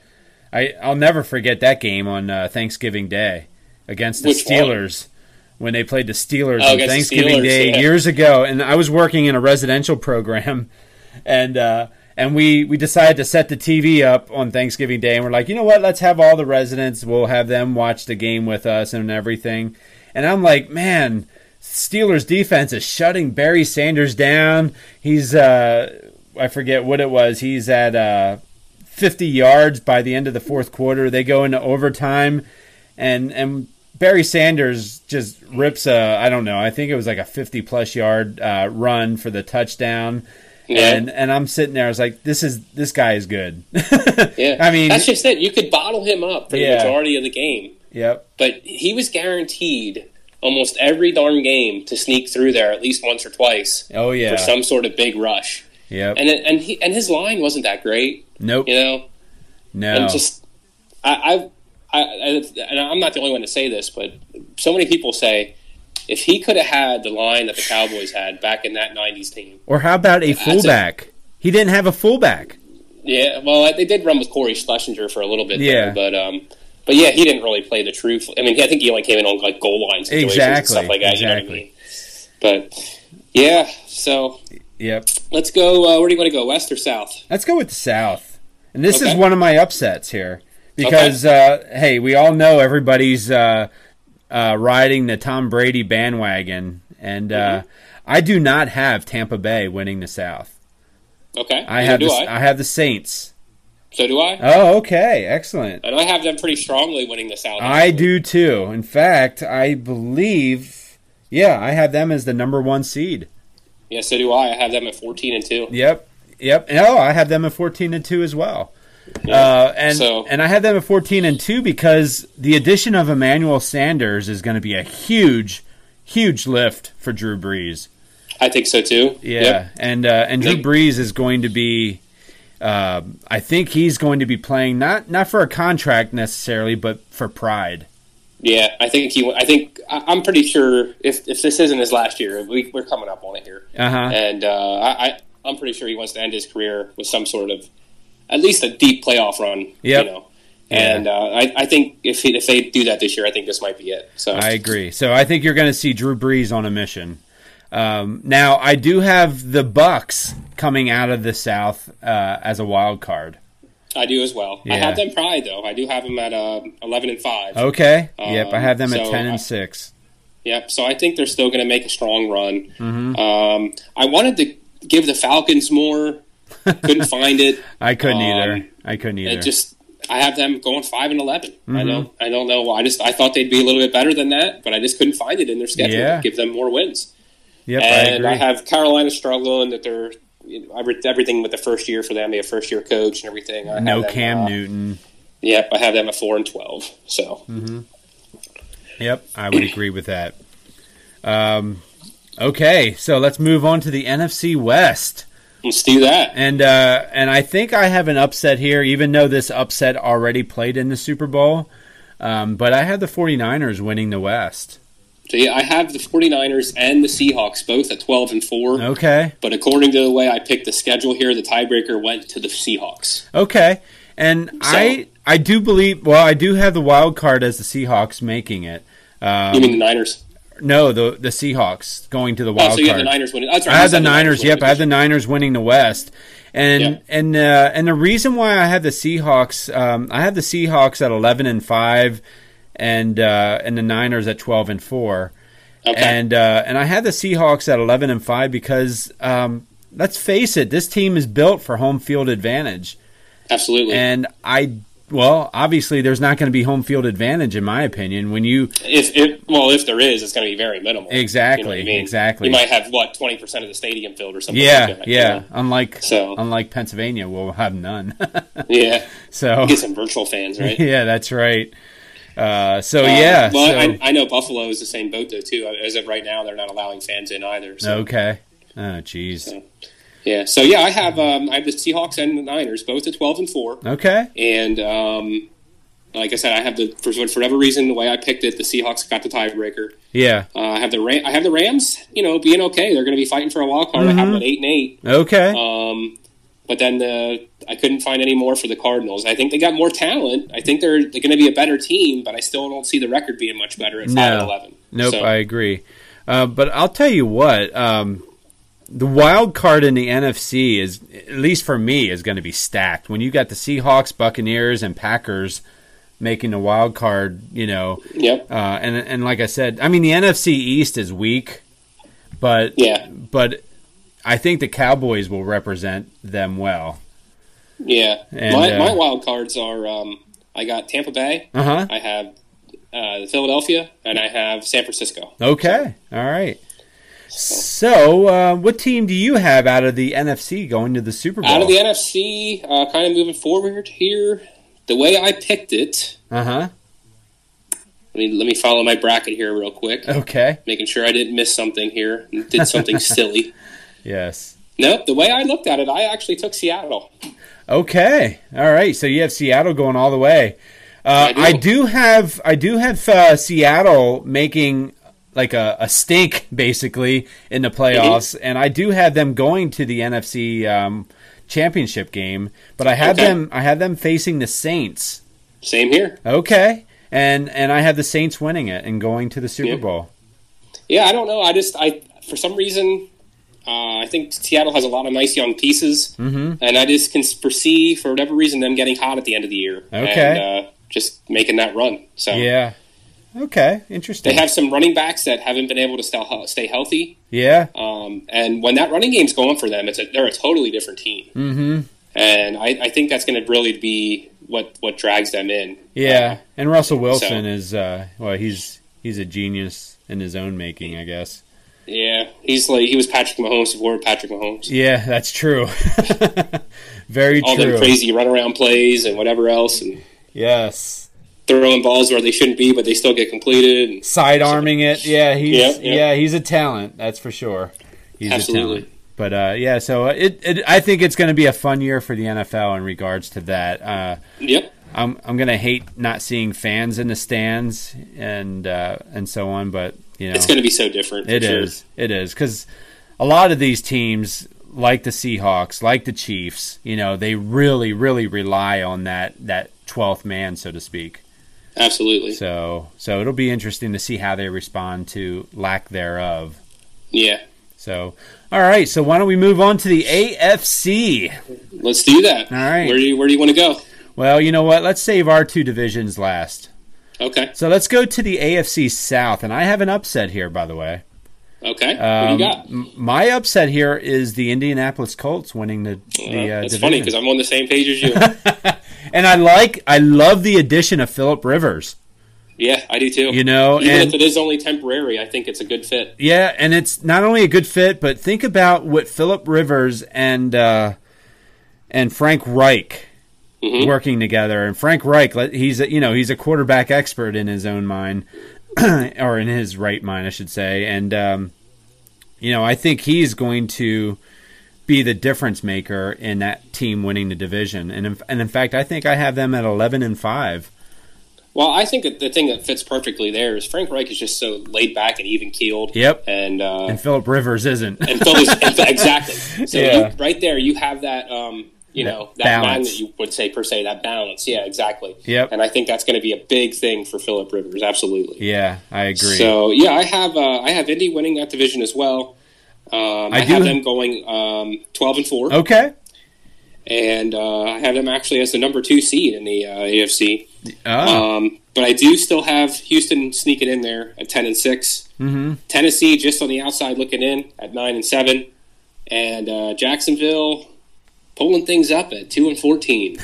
S3: I I'll never forget that game on uh, Thanksgiving Day against the
S2: Which one?
S3: Steelers when they played the Steelers
S2: Oh,
S3: on
S2: against the
S3: Thanksgiving
S2: Steelers,
S3: Day
S2: yeah.
S3: years ago, and I was working in a residential program, and uh, and we we decided to set the TV up on Thanksgiving Day, and we're like, you know what? Let's have all the residents. We'll have them watch the game with us and everything. And I'm like, man, Steelers defense is shutting Barry Sanders down. He's uh, I forget what it was. He's at uh, 50 yards by the end of the fourth quarter. They go into overtime, and and Barry Sanders just rips a I don't know. I think it was like a 50 plus yard uh, run for the touchdown.
S2: Yeah.
S3: And and I'm sitting there. I was like, this is this guy is good.
S2: Yeah.
S3: I mean,
S2: that's just it. You could bottle him up for
S3: Yeah.
S2: the majority of the game,
S3: yep.
S2: but he was guaranteed almost every darn game to sneak through there at least once or twice
S3: Oh yeah.
S2: for some sort of big rush.
S3: yep.
S2: And it- and he and his line wasn't that great,
S3: nope.
S2: you know.
S3: no.
S2: And just I, I, I, I and I'm not the only one to say this, but so many people say if he could have had the line that the Cowboys had back in that '90s team,
S3: or how about a
S2: a-
S3: fullback? he didn't have a fullback.
S2: yeah. Well, they did run with Corey Schlesinger for a little bit,
S3: Yeah.
S2: there, but um, but yeah, he didn't really play the truth. I mean, I think he only came in on like goal line situations and
S3: Exactly,
S2: stuff like that.
S3: exactly.
S2: You know what I mean? But yeah, so
S3: Yep.
S2: let's go. Uh, where do you want to go, west or south?
S3: Let's go with the South. And this
S2: Okay.
S3: is one of my upsets here because, uh, hey, we all know everybody's uh, uh, riding the Tom Brady bandwagon. And
S2: Mm-hmm.
S3: uh, I do not have Tampa Bay winning the South.
S2: Okay,
S3: I
S2: neither
S3: have,
S2: do
S3: the,
S2: I.
S3: I have the Saints.
S2: So do I.
S3: Oh, okay. Excellent.
S2: and I have them pretty strongly winning the South.
S3: I do too. In fact, I believe, yeah, I have them as the number one seed.
S2: Yeah, so do I. I have them at 14 and two.
S3: Yep. Yep. And, oh, I have them at 14 and 2 as well. Uh, and
S2: So-
S3: and I had them at 14 and 2 because the addition of Emmanuel Sanders is going to be a huge huge lift for Drew Brees.
S2: I think so too.
S3: Yeah.
S2: Yep.
S3: And uh, and Drew
S2: Yep.
S3: Brees is going to be uh, I think he's going to be playing not not for a contract necessarily but for pride.
S2: Yeah, I think he. I think I- I'm pretty sure if if this isn't his last year, we, we're coming up on it here,
S3: Uh-huh.
S2: and uh, I, I I'm pretty sure he wants to end his career with some sort of at least a deep playoff run.
S3: Yep.
S2: You know. And uh, I, I think if he, if they do that this year, I think this might be it. So
S3: I agree. So I think you're going to see Drew Brees on a mission. Um, now I do have the Bucks coming out of the South uh, as a wild card.
S2: I do as well. I
S3: Yeah. Oh.
S2: have them pride though. I do have them at uh, 11 and five.
S3: Okay. yep. I
S2: Um,
S3: have them at
S2: so
S3: ten
S2: I-
S3: and six.
S2: Yep. So I think they're still going to make a strong run.
S3: Mm-hmm.
S2: Um, I wanted to give the Falcons more. Couldn't find it.
S3: I couldn't
S2: um,
S3: either. I couldn't either.
S2: It just I have them going five and 11
S3: Mm-hmm.
S2: I don't I don't know. I just I thought they'd be a little bit better than that, but I just couldn't find it in their schedule.
S3: Yeah.
S2: to Give them more wins.
S3: yep.
S2: And
S3: I
S2: I,
S3: agree.
S2: have Carolina struggling that they're you know, I read everything with the first year for them. They have first year coach and everything. I have
S3: no
S2: them,
S3: Cam
S2: uh,
S3: Newton.
S2: Yep, I have them at four and twelve. So
S3: Mm-hmm. Yep. I would agree with that. Um, okay. So let's move on to the NFC West.
S2: let's do that.
S3: And uh, and I think I have an upset here, even though this upset already played in the Super Bowl. Um, but I had the 49ers winning the West.
S2: So yeah, I have the 49ers and the Seahawks both at twelve and four.
S3: Okay.
S2: But according to the way I picked the schedule here, the tiebreaker went to the Seahawks.
S3: Okay. And I I do believe well, I do have the wild card as the Seahawks making it. Um,
S2: you mean the Niners?
S3: No, the the Seahawks going to the
S2: Oh,
S3: wild
S2: so you have
S3: card.
S2: the Niners winning. That's right,
S3: I
S2: you
S3: have the
S2: said
S3: Niners.
S2: winning
S3: Yep, I have the Niners winning the West. And
S2: Yeah.
S3: and uh, and the reason why I have the Seahawks, um, I have the Seahawks at eleven and five, and uh, and the Niners at twelve and four.
S2: Okay.
S3: And uh, and I had the Seahawks at eleven and five because um, let's face it, this team is built for home field advantage.
S2: Absolutely.
S3: And I, well, obviously, there's not going to be home field advantage in my opinion when you
S2: if, if well, if there is, it's going to be very minimal. You know
S3: Exactly,
S2: what
S3: exactly.
S2: You might have what twenty percent of the stadium filled or something.
S3: Yeah,
S2: like that, you
S3: yeah. Um,
S2: know?
S3: Unlike
S2: So-
S3: unlike Pennsylvania, we'll have none.
S2: yeah.
S3: so
S2: Get some virtual fans, right?
S3: yeah, that's right. Uh, so
S2: Um,
S3: yeah,
S2: Well,
S3: so-
S2: I, I know Buffalo is the same boat though too. Uh, As of right now, they're not allowing fans in either. So
S3: okay. Oh, jeez.
S2: yeah. So yeah, I have um, I have the Seahawks and the Niners both at twelve and four.
S3: Okay.
S2: And um, like I said, I have the for for whatever reason the way I picked it, the Seahawks got the tiebreaker.
S3: Yeah.
S2: Uh, I have the Ram- I have the Rams, you know, being okay. They're going to be fighting for a wild card. I
S3: Mm-hmm.
S2: have them at eight and eight.
S3: Okay.
S2: Um, but then the I couldn't find any more for the Cardinals. I think they got more talent. I think they're, they're going to be a better team, but I still don't see the record being much better at five and eleven.
S3: Nope.
S2: So,
S3: I agree. Uh, but I'll tell you what. Um, the wild card in the NFC is, at least for me, is going to be stacked. When you got the Seahawks, Buccaneers, and Packers making the wild card, you know,
S2: yep.
S3: Uh, and and like I said, I mean the NFC East is weak, but
S2: Yeah.
S3: but I think the Cowboys will represent them well.
S2: Yeah.
S3: And,
S2: my,
S3: uh,
S2: my wild cards are um, I got Tampa Bay,
S3: Uh huh.
S2: I have uh, Philadelphia, and I have San Francisco.
S3: Okay. All right. So, uh, what team do you have out of the NFC going to the Super Bowl?
S2: Out of the NFC, uh,
S3: Uh-huh.
S2: kind of moving forward here, the way I picked it,
S3: uh huh.
S2: I mean, let me follow my bracket here real quick,
S3: Okay.
S2: making sure I didn't miss something here. Did something silly.
S3: Yes.
S2: Nope. The way I looked at it, I actually took Seattle.
S3: Okay. All right. So you have Seattle going all the way. Uh,
S2: I do.
S3: I do have I do have uh, Seattle making like a, a stink basically in the playoffs, and I do have them going to the NFC um, championship game. But I have
S2: Okay.
S3: them I have them facing the Saints.
S2: Same here.
S3: Okay, and and I have the Saints winning it and going to the Super
S2: Yeah.
S3: Bowl.
S2: Yeah, I don't know. I just I for some reason uh, I think Seattle has a lot of nice young pieces, mm-hmm. and I just can foresee for whatever reason them getting hot at the end of the year.
S3: Okay.
S2: And, uh, just making that run. So
S3: Yeah. Okay. Interesting.
S2: they have some running backs that haven't been able to stay stay healthy.
S3: yeah.
S2: Um, and when that running game's going for them, it's a, they're a totally different team.
S3: Mm.
S2: Mm-hmm. And I, I think that's going to really be what what drags them in. Uh,
S3: Yeah, and Russell Wilson is uh, well, he's he's a genius in his own making, I guess.
S2: Uh, yeah, he's like he was Patrick Mahomes before Patrick Mahomes.
S3: Yeah, that's true. Very
S2: All
S3: true.
S2: them crazy runaround plays and whatever else, and
S3: Yes,
S2: throwing balls where they shouldn't be, but they still get completed. And
S3: sidearming it. Yeah, he's
S2: Yep, yep.
S3: yeah, he's a talent. That's for sure. He's a
S2: Absolutely.
S3: talent. But uh, yeah, so it, it I think it's going to be a fun year for the NFL in regards to that. Uh,
S2: yep,
S3: I'm I'm going to hate not seeing fans in the stands and uh, and so on, but you know
S2: it's going to be so different. for
S3: It is.
S2: sure.
S3: It is because a lot of these teams, like the Seahawks, like the Chiefs, you know, they really, really rely on that that twelfth man, so to speak.
S2: absolutely.
S3: So, so it'll be interesting to see how they respond to lack thereof.
S2: Yeah,
S3: So, all right. So why don't we move on to the AFC?
S2: let's do that.
S3: All right.
S2: where do you, where do you want to go?
S3: Well, you know what? Let's save our two divisions last.
S2: Okay,
S3: So let's go to the AFC South, and I have an upset here, by the way.
S2: okay.
S3: Um,
S2: what do you got?
S3: M- My upset here is the Indianapolis Colts winning the, the uh,
S2: That's
S3: division.
S2: funny because I'm on the same page as you.
S3: And I like, I love the addition of Philip Rivers.
S2: yeah, I do too.
S3: You know,
S2: even
S3: and
S2: if it is only temporary, I think it's a good fit.
S3: yeah, and it's not only a good fit, but think about what Philip Rivers and uh, and Frank Reich working together. And Frank Reich, like, he's a, you know he's a quarterback expert in his own mind, or in his right mind, I should say. And um, you know, I think he's going to be the difference maker in that team winning the division. And in, and in fact, I think I have them at eleven and five.
S2: Well, I think that the thing that fits perfectly there is Frank Reich is just so laid back and even keeled.
S3: Yep.
S2: And uh,
S3: and Philip Rivers isn't.
S2: and Phil is and Phil- exactly so
S3: Yeah.
S2: you, right there. You have that um, you know that man
S3: balance.
S2: that you would say per se that balance. Yeah, exactly.
S3: Yep.
S2: And I think that's going to be a big thing for Philip Rivers. Absolutely.
S3: yeah, I agree.
S2: So yeah, I have uh, I have Indy winning that division as well. Um, I,
S3: do- Oh.
S2: have them going um, twelve and four,
S3: okay.
S2: and uh, I have them actually as the number two seed in the uh, AFC.
S3: Oh,
S2: Um, but I do still have Houston sneaking in there at ten and 6 Mm-hmm. Tennessee just on the outside looking in at nine and seven, and uh, Jacksonville pulling things up at two and fourteen.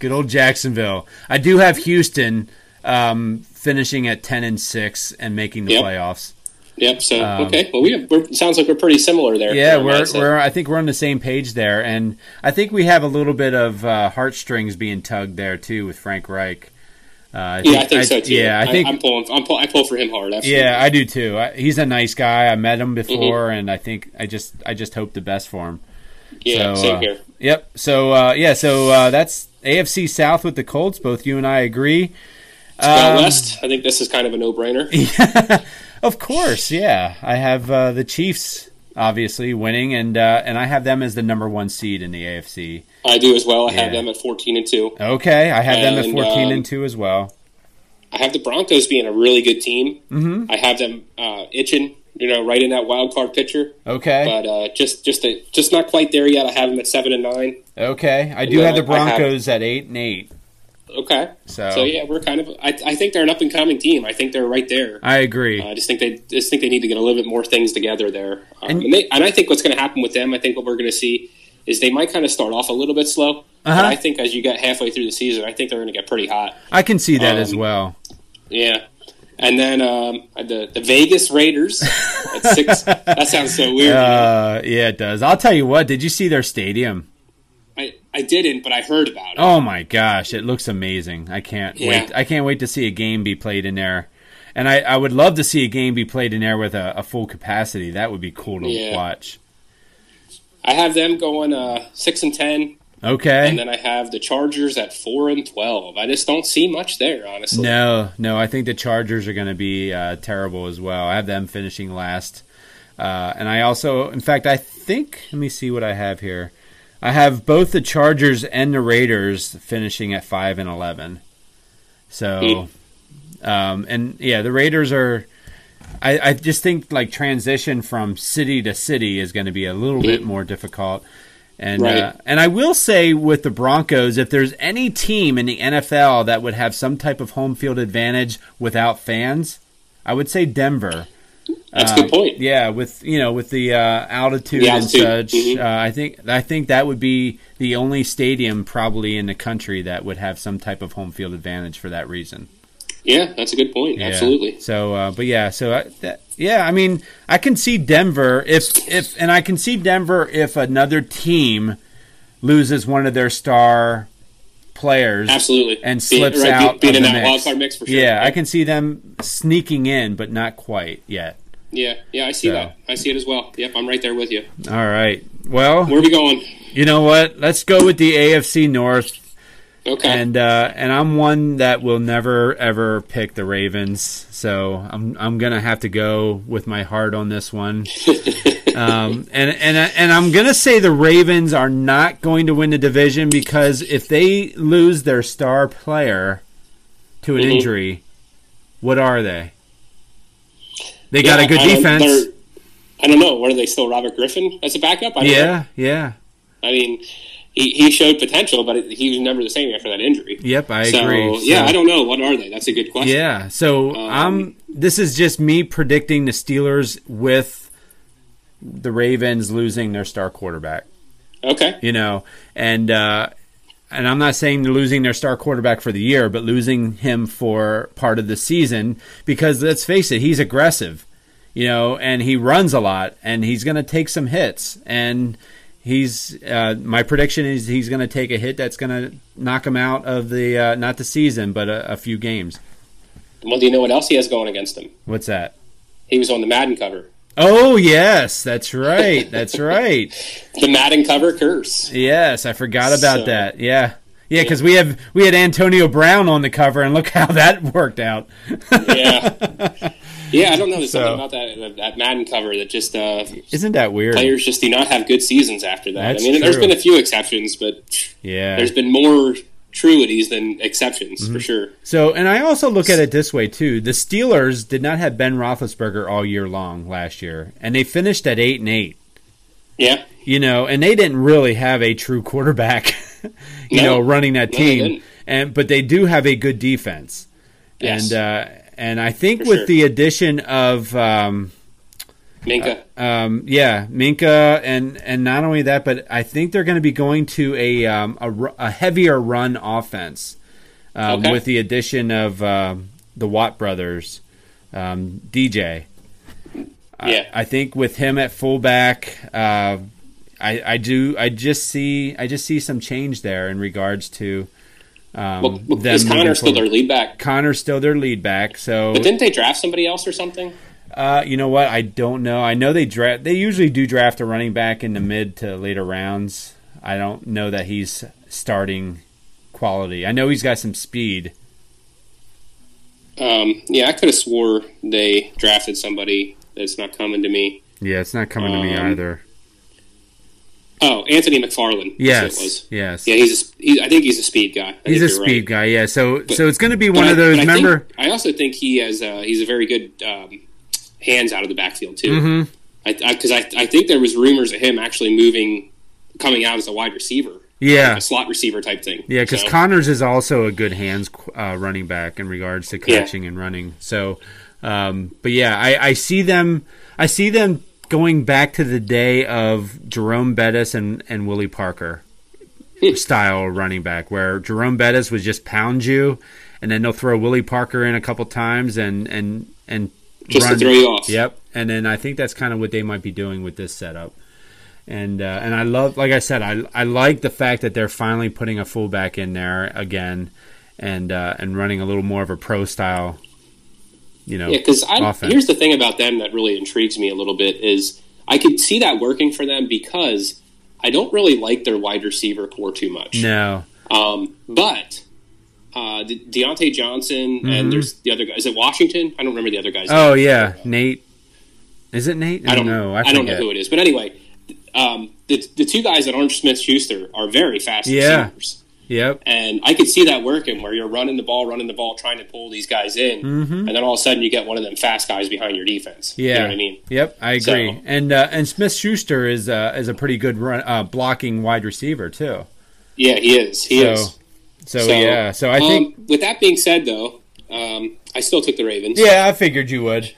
S3: good old Jacksonville. I do have Houston um, finishing at ten and six and making the
S2: Yep.
S3: playoffs.
S2: yep. So okay, well we have, we're, sounds like we're pretty similar there.
S3: Um, Yeah,
S2: Our
S3: we're,
S2: mindset.
S3: we're I think we're on the same page there, and I think we have a little bit of uh, heartstrings being tugged there too with Frank Reich. Uh, I
S2: yeah, I think so too.
S3: Yeah, I think
S2: I, am pulling. I'm pull, I pull for him hard. Absolutely.
S3: yeah, I do too. I, he's a nice guy. I met him
S2: Mm-hmm.
S3: before, and I think I just I just hope the best for him.
S2: yeah.
S3: So,
S2: same
S3: uh,
S2: here.
S3: Yep. So uh, yeah. So uh, that's AFC South with the Colts. Both you and I agree. um,
S2: Scott West. I think this is kind of a no-brainer.
S3: Of course. Yeah. I have uh, the Chiefs obviously winning, and uh, and I have them as the number one seed in the AFC.
S2: I do as well. I have
S3: Yeah.
S2: them at fourteen and two.
S3: Okay. I have them at
S2: And,
S3: fourteen
S2: um,
S3: and two as well.
S2: I have the Broncos being a really good team. Mm-hmm. I have them uh, itching, you know, right in that wild card picture.
S3: Okay.
S2: But uh, just just a, just not quite there yet. I have them at seven and nine.
S3: Okay. I do
S2: yeah,
S3: have the
S2: I have-
S3: Broncos at eight and eight.
S2: Okay,
S3: So-
S2: so yeah, we're kind of. I, I think they're an up and coming team. I think they're right there. Uh,
S3: I agree.
S2: I just think they just think they need to get a little bit more things together there. Um,
S3: And-
S2: and, they, and I think what's going to happen with them, I think what we're going to see is they might kind of start off a little bit slow.
S3: Uh-huh.
S2: But I think as you get halfway through the season, I think they're going to get pretty hot.
S3: I can see that as
S2: um,
S3: well.
S2: Yeah. And then um, the the Vegas Raiders at six. that sounds so weird.
S3: Uh, yeah, it does. I'll tell you what. Did you see their stadium?
S2: I, I didn't, but I heard about it.
S3: Oh my gosh, it looks amazing. I can't
S2: Yeah.
S3: wait. I can't wait to see a game be played in there. And I, I would love to see a game be played in there with a, a full capacity. That would be cool to
S2: Yeah.
S3: watch.
S2: I have them going uh, six and ten,
S3: Okay.
S2: and then I have the Chargers at four and twelve. I just don't see much there, honestly.
S3: No, no, I think the Chargers are going to be uh, terrible as well. I have them finishing last, uh, and I also, in fact, I think let me see what I have here. I have both the Chargers and the Raiders finishing at five and eleven. So, um, and yeah, the Raiders are. I, I just think like transition from city to city is going to be a little bit more difficult. And
S2: Right.
S3: uh, and I will say with the Broncos, if there's any team in the NFL that would have some type of home field advantage without fans, I would say Denver.
S2: That's a good
S3: Uh,
S2: point.
S3: Yeah, with you know with the uh, altitude,
S2: The
S3: and
S2: altitude,
S3: such,
S2: mhm.
S3: uh, I think I think that would be the only stadium probably in the country that would have some type of home field advantage for that reason.
S2: Yeah, that's a good point.
S3: Yeah.
S2: Absolutely.
S3: So, uh, but yeah, so I, that, yeah, I mean, I can see Denver if if, and I can see Denver if another team loses one of their star players
S2: Absolutely.
S3: and
S2: Be-
S3: slips
S2: right, be-
S3: out
S2: being
S3: of
S2: in
S3: the
S2: that
S3: mix.
S2: wild card mix for sure.
S3: Yeah, I can see them sneaking in, but not quite yet.
S2: Yeah, yeah, I see
S3: So.
S2: that. I see it as well. Yep, I'm right there with you.
S3: All right. Well,
S2: Where are we going?
S3: you know what? Let's go with the AFC North.
S2: Okay.
S3: and uh, and I'm one that will never ever pick the Ravens, so I'm I'm gonna have to go with my heart on this one. um, and and I- and I'm gonna say the Ravens are not going to win the division because if they lose their star player to an
S2: Mhm.
S3: injury, what are they? They
S2: Yeah,
S3: got a good
S2: I don't-
S3: defense.
S2: they're- I don't know. What are they still? Robert Griffin as a backup? I don't know.
S3: Yeah, yeah,
S2: I mean, he, he showed potential, but it, he was never the same after that injury.
S3: yep, I
S2: so,
S3: agree.
S2: Yeah,
S3: So-
S2: I don't Um, know. What are they? That's a good question.
S3: Yeah. So I'm. This is just me predicting the Steelers with the Ravens losing their star quarterback.
S2: Okay.
S3: You know, and uh, and I'm not saying they're losing their star quarterback for the year, but losing him for part of the season because let's face it, he's aggressive. You know, and he runs a lot, and he's going to take some hits. And he's uh, my prediction is he's going to take a hit that's going to knock him out of the uh, not the season, but a, a few games.
S2: Well, do you know what else he has going against him?
S3: What's that?
S2: He was on the Madden cover.
S3: Oh yes, that's right. That's right.
S2: The Madden cover curse.
S3: Yes, I forgot about
S2: So-
S3: that. Yeah. Yeah, because we have we had Antonio Brown on the cover, and look how that worked out.
S2: Yeah. yeah, I don't know. There's
S3: So.
S2: something about that, that Madden cover that just uh,
S3: Isn't that weird?
S2: players just do not have good seasons after that.
S3: That's
S2: I mean, there's
S3: true.
S2: been a few exceptions, but
S3: Yeah. Mm-hmm.
S2: there's been more truities than exceptions for sure.
S3: So, and I also look at it this way too: the Steelers did not have Ben Roethlisberger all year long last year, and they finished at eight and eight.
S2: Yeah,
S3: You know, and they didn't really have a true quarterback. you
S2: No.
S3: know, running that
S2: No, they
S3: team,
S2: didn't.
S3: and but they do have a good defense.
S2: yes.
S3: and uh, and I think
S2: For
S3: with
S2: sure.
S3: the addition of um,
S2: Minka.
S3: um, yeah Minka and and not only that, but I think they're going to be going to a um, a, ru- a heavier run offense um,
S2: Okay.
S3: with the addition of um, the Watt brothers, um, DJ.
S2: yeah,
S3: I think with him at fullback, uh, I I do I just see I just see some change there in regards to. Um,
S2: Well, well,
S3: them
S2: is
S3: moving
S2: Connor still
S3: forward.
S2: their lead back?
S3: Connor's still their lead back, so
S2: But didn't they draft somebody else or something?
S3: Uh, you know what? I don't know. I know they draft. They usually do draft a running back in the mid to later rounds. I don't know that he's starting quality. I know he's got some speed.
S2: Um, yeah, I could have swore they drafted somebody that's not coming to me.
S3: Yeah, it's not coming to me
S2: Um,
S3: either.
S2: Oh, Anthony McFarland. That's who it
S3: Yes,
S2: was.
S3: yes.
S2: Yeah, he's a, he, I think he's a speed guy. I
S3: he's
S2: think
S3: a
S2: you're
S3: speed
S2: right.
S3: guy. Yeah. So so it's going to be
S2: But
S3: one
S2: I-
S3: of those.
S2: but I think-
S3: Remember?
S2: I also think he has uh, he's a very good um, hands out of the backfield too.
S3: Mm-hmm.
S2: Because I, I, think there was rumors of him actually moving, coming out as a wide receiver,
S3: yeah.
S2: a slot receiver type thing.
S3: Yeah, because
S2: So,
S3: Connors is also a good hands uh, running back in regards to catching and running. So, um, but yeah, I, I see them. I see them going back to the day of Jerome Bettis and and Willie Parker style running back, where Jerome Bettis would just pound you, and then they'll throw Willie Parker in a couple times and and and
S2: Just to throw you off.
S3: Yep, and then I think that's kind of what they might be doing with this setup. And uh, and I love, like I said, I I like the fact that they're finally putting a fullback in there again, and uh, and running a little more of a pro style, you know,
S2: Yeah, because
S3: offense.
S2: here's the thing about them that really intrigues me a little bit is I could see that working for them because I don't really like their wide receiver core too much.
S3: no,
S2: Um, but uh, De- Deontay Johnson and there's the other guy. Is it Washington? I don't remember the other guy's name.
S3: Mm-hmm. oh yeah, Nate, is it Nate?
S2: I don't know.
S3: know.
S2: I, don't know
S3: forget.
S2: who it is. But anyway, um, the, the two guys that aren't Smith Schuster are very fast
S3: Yeah.
S2: receivers.
S3: Yep.
S2: And I could see that working where you're running the ball, running the ball, trying to pull these guys in. And then all of a sudden you get one of them fast guys behind your defense.
S3: Mm-hmm. Yeah.
S2: You know what I mean?
S3: Yep, I
S2: So-
S3: agree. And uh, and Smith Schuster is uh, is a pretty good run, uh, blocking wide receiver too.
S2: Yeah, he is. He
S3: So,
S2: is.
S3: So, yeah, so I think
S2: Um, with that being said, though, um, I still took the Ravens.
S3: yeah, I figured you would.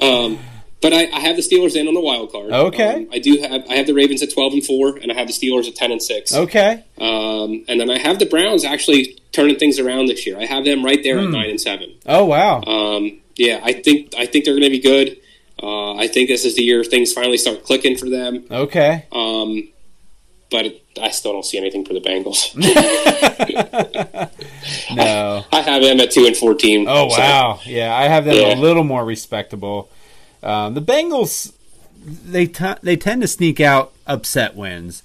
S2: Um, But I, I have the Steelers in on the wild card.
S3: Okay.
S2: Um, I do have I have the Ravens at twelve and four, and I have the Steelers at ten and six.
S3: Okay.
S2: Um, and then I have the Browns actually turning things around this year. I have them right there at nine and seven.
S3: Oh wow.
S2: Um, yeah, I think I think they're going to be good. Uh, I think this is the year things finally start clicking for them.
S3: Okay.
S2: Um, but I still don't see anything for the Bengals.
S3: No.
S2: I have them at two and fourteen.
S3: Oh
S2: So-
S3: wow. Yeah, I have them
S2: Yeah.
S3: a little more respectable. Um, the Bengals, they t- they tend to sneak out upset wins,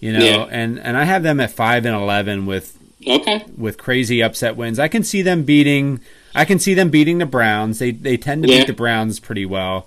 S3: you know,
S2: Yeah.
S3: and and I have them at five and eleven with
S2: Okay.
S3: with crazy upset wins. I can see them beating. I can see them beating the Browns. They they tend to
S2: Yeah.
S3: beat the Browns pretty well.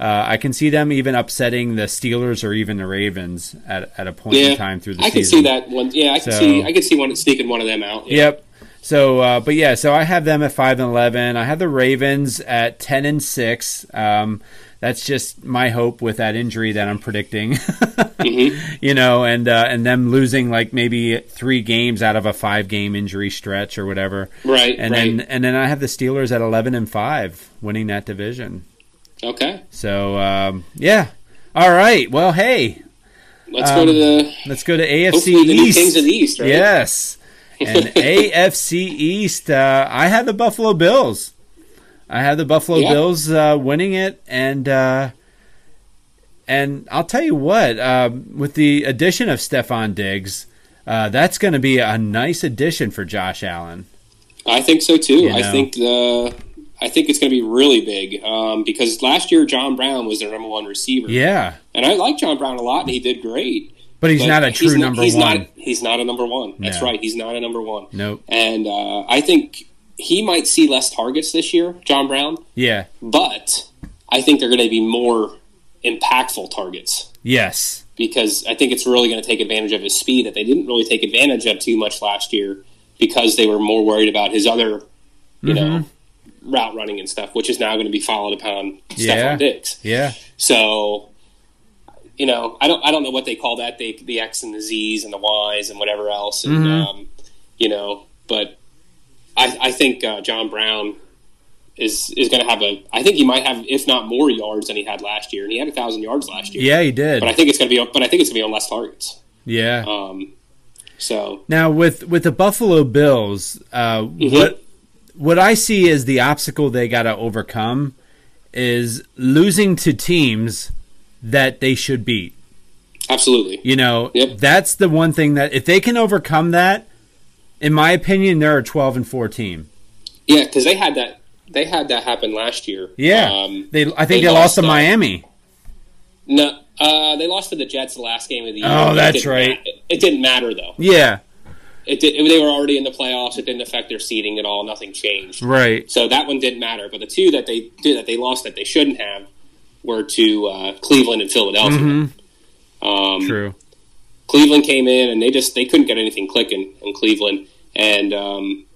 S3: Uh, I can see them even upsetting the Steelers or even the Ravens at, at a point
S2: Yeah,
S3: in time through the
S2: I
S3: season.
S2: can see that one. Yeah, I can
S3: So-
S2: see I can see one sneaking one of them out. Yeah.
S3: Yep. So, uh, but yeah, so I have them at five and eleven. I have the Ravens at ten and six. Um, that's just my hope with that injury that I'm predicting.
S2: Mm-hmm.
S3: You know, and uh, and them losing like maybe three games out of a five game injury stretch or whatever.
S2: Right,
S3: And then
S2: right.
S3: and then I have the Steelers at eleven and five, winning that division.
S2: Okay.
S3: So um, yeah. All right. Well, hey,
S2: Let's go to the
S3: um, Let's go to AFC
S2: Hopefully the new
S3: East.
S2: Kings of the East, right?
S3: Yes. And AFC East, uh, I had the Buffalo Bills. I had the Buffalo
S2: Yeah.
S3: Bills uh, winning it, and uh, and I'll tell you what, um, with the addition of Stefan Diggs, uh, that's going to be a nice addition for Josh Allen.
S2: I think so too.
S3: You know.
S2: I think the I think it's going to be really big um, because last year John Brown was their number one receiver.
S3: Yeah,
S2: and I like John Brown a lot, and he did great.
S3: but he's
S2: But
S3: not a true
S2: not-
S3: number
S2: he's
S3: one.
S2: Not, he's not a number one. That's
S3: No.
S2: right. He's not a number one.
S3: Nope.
S2: And uh, I think he might see less targets this year, John Brown.
S3: Yeah.
S2: But I think they're going to be more impactful targets
S3: Yes.
S2: because I think it's really going to take advantage of his speed that they didn't really take advantage of too much last year because they were more worried about his other,
S3: Mm-hmm.
S2: you know, route running and stuff, which is now going to be followed upon
S3: Yeah.
S2: Stephon Diggs.
S3: Yeah.
S2: So, you know, I don't I don't know what they call that they the X and the Z's and the Y's and whatever else, and
S3: Mm-hmm.
S2: um, you know, but I I think uh, John Brown. Is, is going to have a. I think he might have, if not more yards than he had last year, and he had a thousand yards last year
S3: Yeah, he did.
S2: but I think it's going to be on, but I think it's going to be on less targets.
S3: yeah.
S2: Um, so
S3: Now with with the Buffalo Bills, uh,
S2: Mm-hmm.
S3: what what I see is the obstacle they got to overcome is losing to teams that they should beat.
S2: absolutely,
S3: You know,
S2: Yep.
S3: that's the one thing that if they can overcome that, in my opinion, they're a twelve and four team.
S2: yeah, because they had that they had that happen last year.
S3: Yeah,
S2: um,
S3: they. I think they, lost to
S2: uh,
S3: Miami.
S2: No, uh, they lost to the Jets the last game of the year.
S3: Oh,
S2: It
S3: that's
S2: didn't
S3: right.
S2: ma- it didn't matter though.
S3: Yeah,
S2: It, did, they were already in the playoffs. It didn't affect their seeding at all. Nothing changed.
S3: right.
S2: So that one didn't matter. But the two that they did that they lost that they shouldn't have were to uh, Cleveland and Philadelphia. Um,
S3: Mm-hmm. True.
S2: Cleveland came in and they just they couldn't get anything clicking in Cleveland. And um,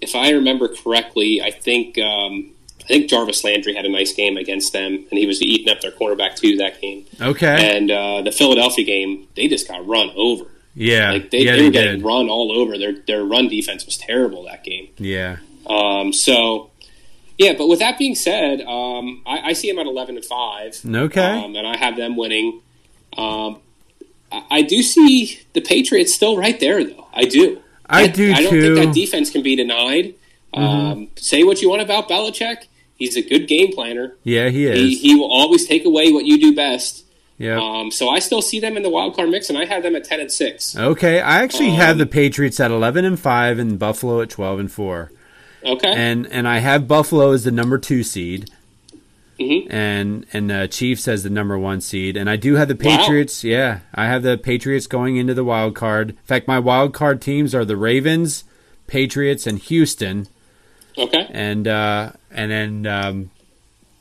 S2: if I remember correctly, I think um, I think Jarvis Landry had a nice game against them, and he was eating up their cornerback too that game.
S3: Okay.
S2: And uh, the Philadelphia game, they just got run over.
S3: yeah.
S2: Like they,
S3: yeah,
S2: they,
S3: they
S2: were getting
S3: did.
S2: run all over. Their their run defense was terrible that game.
S3: Yeah.
S2: Um, so yeah, but with that being said, um, I, I see them at eleven and five.
S3: Okay.
S2: Um, and I have them winning. Um, I, I do see the Patriots still right there, though. I do.
S3: I do,
S2: I don't
S3: too. Mm-hmm.
S2: think that defense can be denied. Um, say what you want about Belichick. He's a good game planner.
S3: yeah, he is.
S2: He, he will always take away what you do best.
S3: Yeah.
S2: Um, so I still see them in the wild card mix, and I have them at ten and six.
S3: Okay, I actually
S2: um,
S3: have the Patriots at eleven and five, and Buffalo at twelve and four,
S2: Okay,
S3: and and I have Buffalo as the number two seed,
S2: Mhm.
S3: and and the Chiefs as the number one seed, and I do have the Patriots. Yeah, I have the Patriots going into the wild card. In fact, my wild card teams are the Ravens, Patriots, and Houston,
S2: okay,
S3: and uh, and then um,